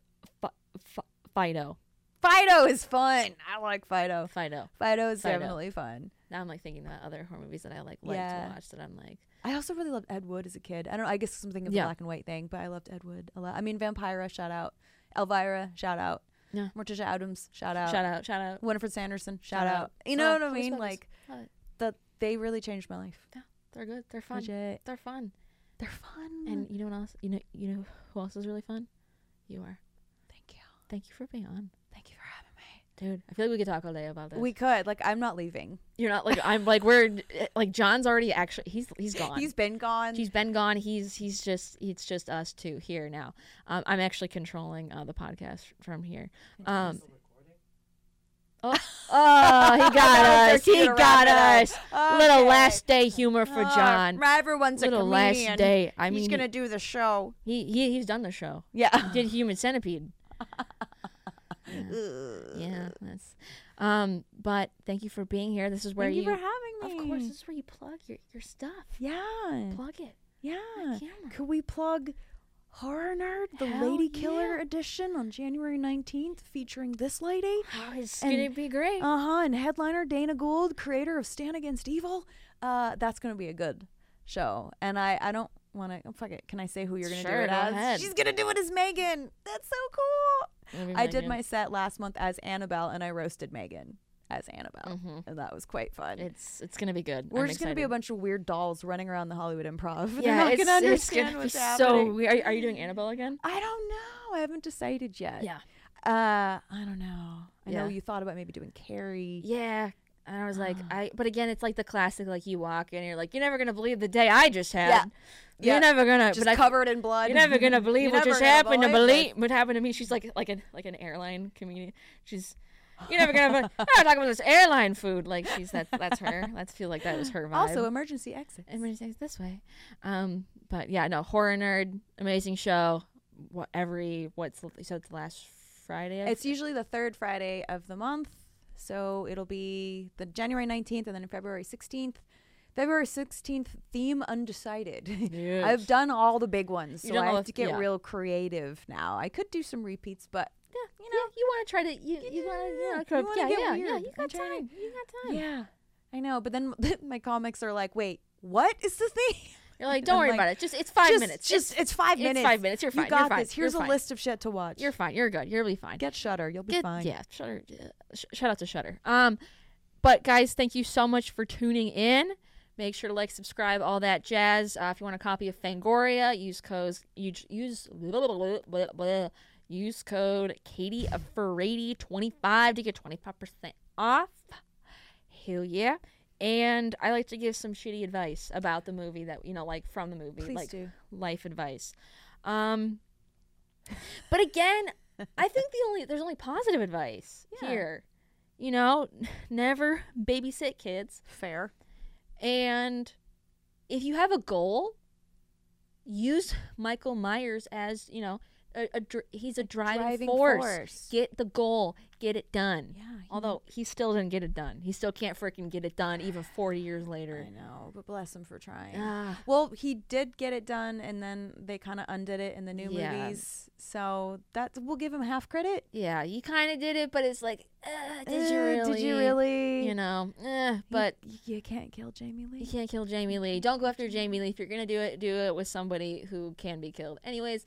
fi- fi- Fido,
Fido is fun. I like Fido.
Fido.
Fido is
Fido.
definitely fun.
Now I'm like thinking about other horror movies that I like like
Yeah.
to watch. That I'm like,
I also really loved Ed Wood as a kid. I don't. know. I guess something of
Yeah.
a black and white thing, but I loved Ed Wood a lot. I mean, Vampira, shout out. Elvira, shout out.
Yeah.
Morticia Adams, shout out.
shout out, shout out.
Winifred Sanderson, shout,
Shout
out.
out.
You know
Oh,
what I
voice
mean?
vocals.
Like
Love it.
that. They really changed my life.
They're good. They're fun.
Legit.
They're fun.
They're fun.
And you know what else? You know, you know who else is really fun? You are.
thank you,
Thank you for being on,
thank you for having me.
dude. I feel like we could talk all day about this.
We could. Like, I'm not leaving.
You're not like I'm like we're [LAUGHS] like John's already actually he's he's gone.
He's been gone.
He's been gone. He's he's just it's just us two here now. Um, I'm actually controlling uh, the podcast from here. Um, oh,
[LAUGHS]
oh, he got
That was
us.
so cute
He
to wrap
got
it up.
us. Little
Okay.
last day humor for
Oh,
John.
everyone's a
Little last
comedian.
day. I
he's
mean,
gonna do the show.
he, he he's done the show.
Yeah.
[LAUGHS] He did Human Centipede.
[LAUGHS]
Yeah, yeah, that's. Um, but thank you for being here. This is where
Thank you
you,
for having me.
of course, this is where you plug your your stuff.
Yeah.
Plug it.
Yeah.
camera.
Could we plug Horror Nerd, the
Hell
Lady Killer
yeah.
edition on January 19th, featuring this lady?
Oh, it's
And-
gonna be great.
Uh huh. And headliner Dana Gould, creator of Stand Against Evil. Uh, that's going to be a good show. And I, I don't want to. Fuck it. Can I say who you're going to
Sure,
do it
go
as?
ahead.
She's going to do it as Megan. That's so cool.
It'll be
I did
Megan.
my set last month as Annabelle, and I roasted Megan as Annabelle.
Mhm.
And that was quite fun.
It's it's gonna be good.
We're
I'm
just going to be a
excited.
bunch of weird dolls running around the Hollywood improv. [LAUGHS] They're
yeah.
not
it's,
going to understand
it's gonna
what's
be
happening.
so weird. Are, are you doing Annabelle again?
I don't know. I haven't decided yet.
Yeah.
Uh, I don't know. I
Yeah.
know you thought about maybe doing Carrie.
Yeah. And I was like, I. But again, it's like the classic. Like you walk in, and you're like, you're never gonna believe the day I just had.
Yeah.
You're
Yeah.
never gonna.
Just
but I-
covered in blood.
You're never
[LAUGHS]
gonna believe
You're
what
never
just
gonna
happened to
believe
believe what happened to me. She's like like an like an airline comedian. She's you're never gonna. believe- I'm talking about this airline food. Like she's that that's her. Let's feel like that was her vibe.
Also, emergency exit.
And when it this way, um, but yeah, no horror nerd, amazing show. What every what's the- so it's last Friday. I
It's usually the third Friday of the month, so it'll be the January nineteenth and then February sixteenth. February sixteenth theme undecided.
Yes.
I've done all the big ones,
You've
so
done
I
all
have
the-
to get
yeah.
real creative now. I could do some repeats, but
yeah, you know you want to try to you you want to
yeah,
you know
you
kind of-
wanna
yeah
get
yeah yeah
weird.
you
I'm
got
trying
time you got time.
yeah, I know. But then [LAUGHS] my comics are like, "Wait, what is the theme?"
You're like don't
I'm
worry
like,
about it. Just it's [LAUGHS] five
just,
minutes.
Just it's, five
it's
minutes.
five minutes. You're fine.
You
You're
got
fine.
this. Here's
You're
a
fine.
list of shit to watch.
you're fine. You're good. You're really fine.
Get Shutter. You'll be
Good-
fine.
Yeah, Shutter. yeah, sh- shout out to Shutter. Um, but guys, thank you so much for tuning in. Make sure to like, subscribe, all that jazz. Uh, if you want a copy of Fangoria, use code use use blah, blah, blah, blah, blah. use code Katie Ferrady twenty five to get twenty five percent off. Hell yeah! And I like to give some shitty advice about the movie that you know, like from the movie,
Please
like
do.
life advice. Um, but
[LAUGHS]
again, I think the only there's only positive advice
Yeah.
here. You know, [LAUGHS] never babysit kids,
Fair.
and if you have a goal, use Michael Myers as you know a, a dr- he's a driving,
driving
force.
force.
Get the goal, get it done.
Yeah. he-
Although he still didn't get it done, he still can't freaking get it done even forty years later.
I know, but bless him for trying.
Ah.
Well, he did get it done, and then they kind of undid it in the new
Yeah.
movies. So that we'll give him half credit.
Yeah, you kind of did it, but it's like, uh, did you
Eh,
really?
Did you really?
You know, eh, but
you, you can't kill Jamie
you
Lee.
can't kill Jamie Lee. Don't go after Jamie Lee. If you're gonna do it, do it with somebody who can be killed. Anyways,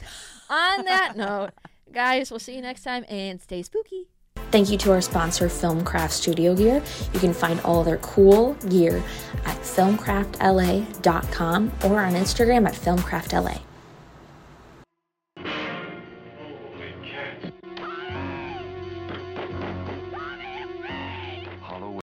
on that
[LAUGHS]
note, guys, we'll see you next time and stay spooky.
Thank you to our sponsor, Filmcraft Studio Gear. You can find all their cool gear at filmcraftla.com or on Instagram at filmcraftla.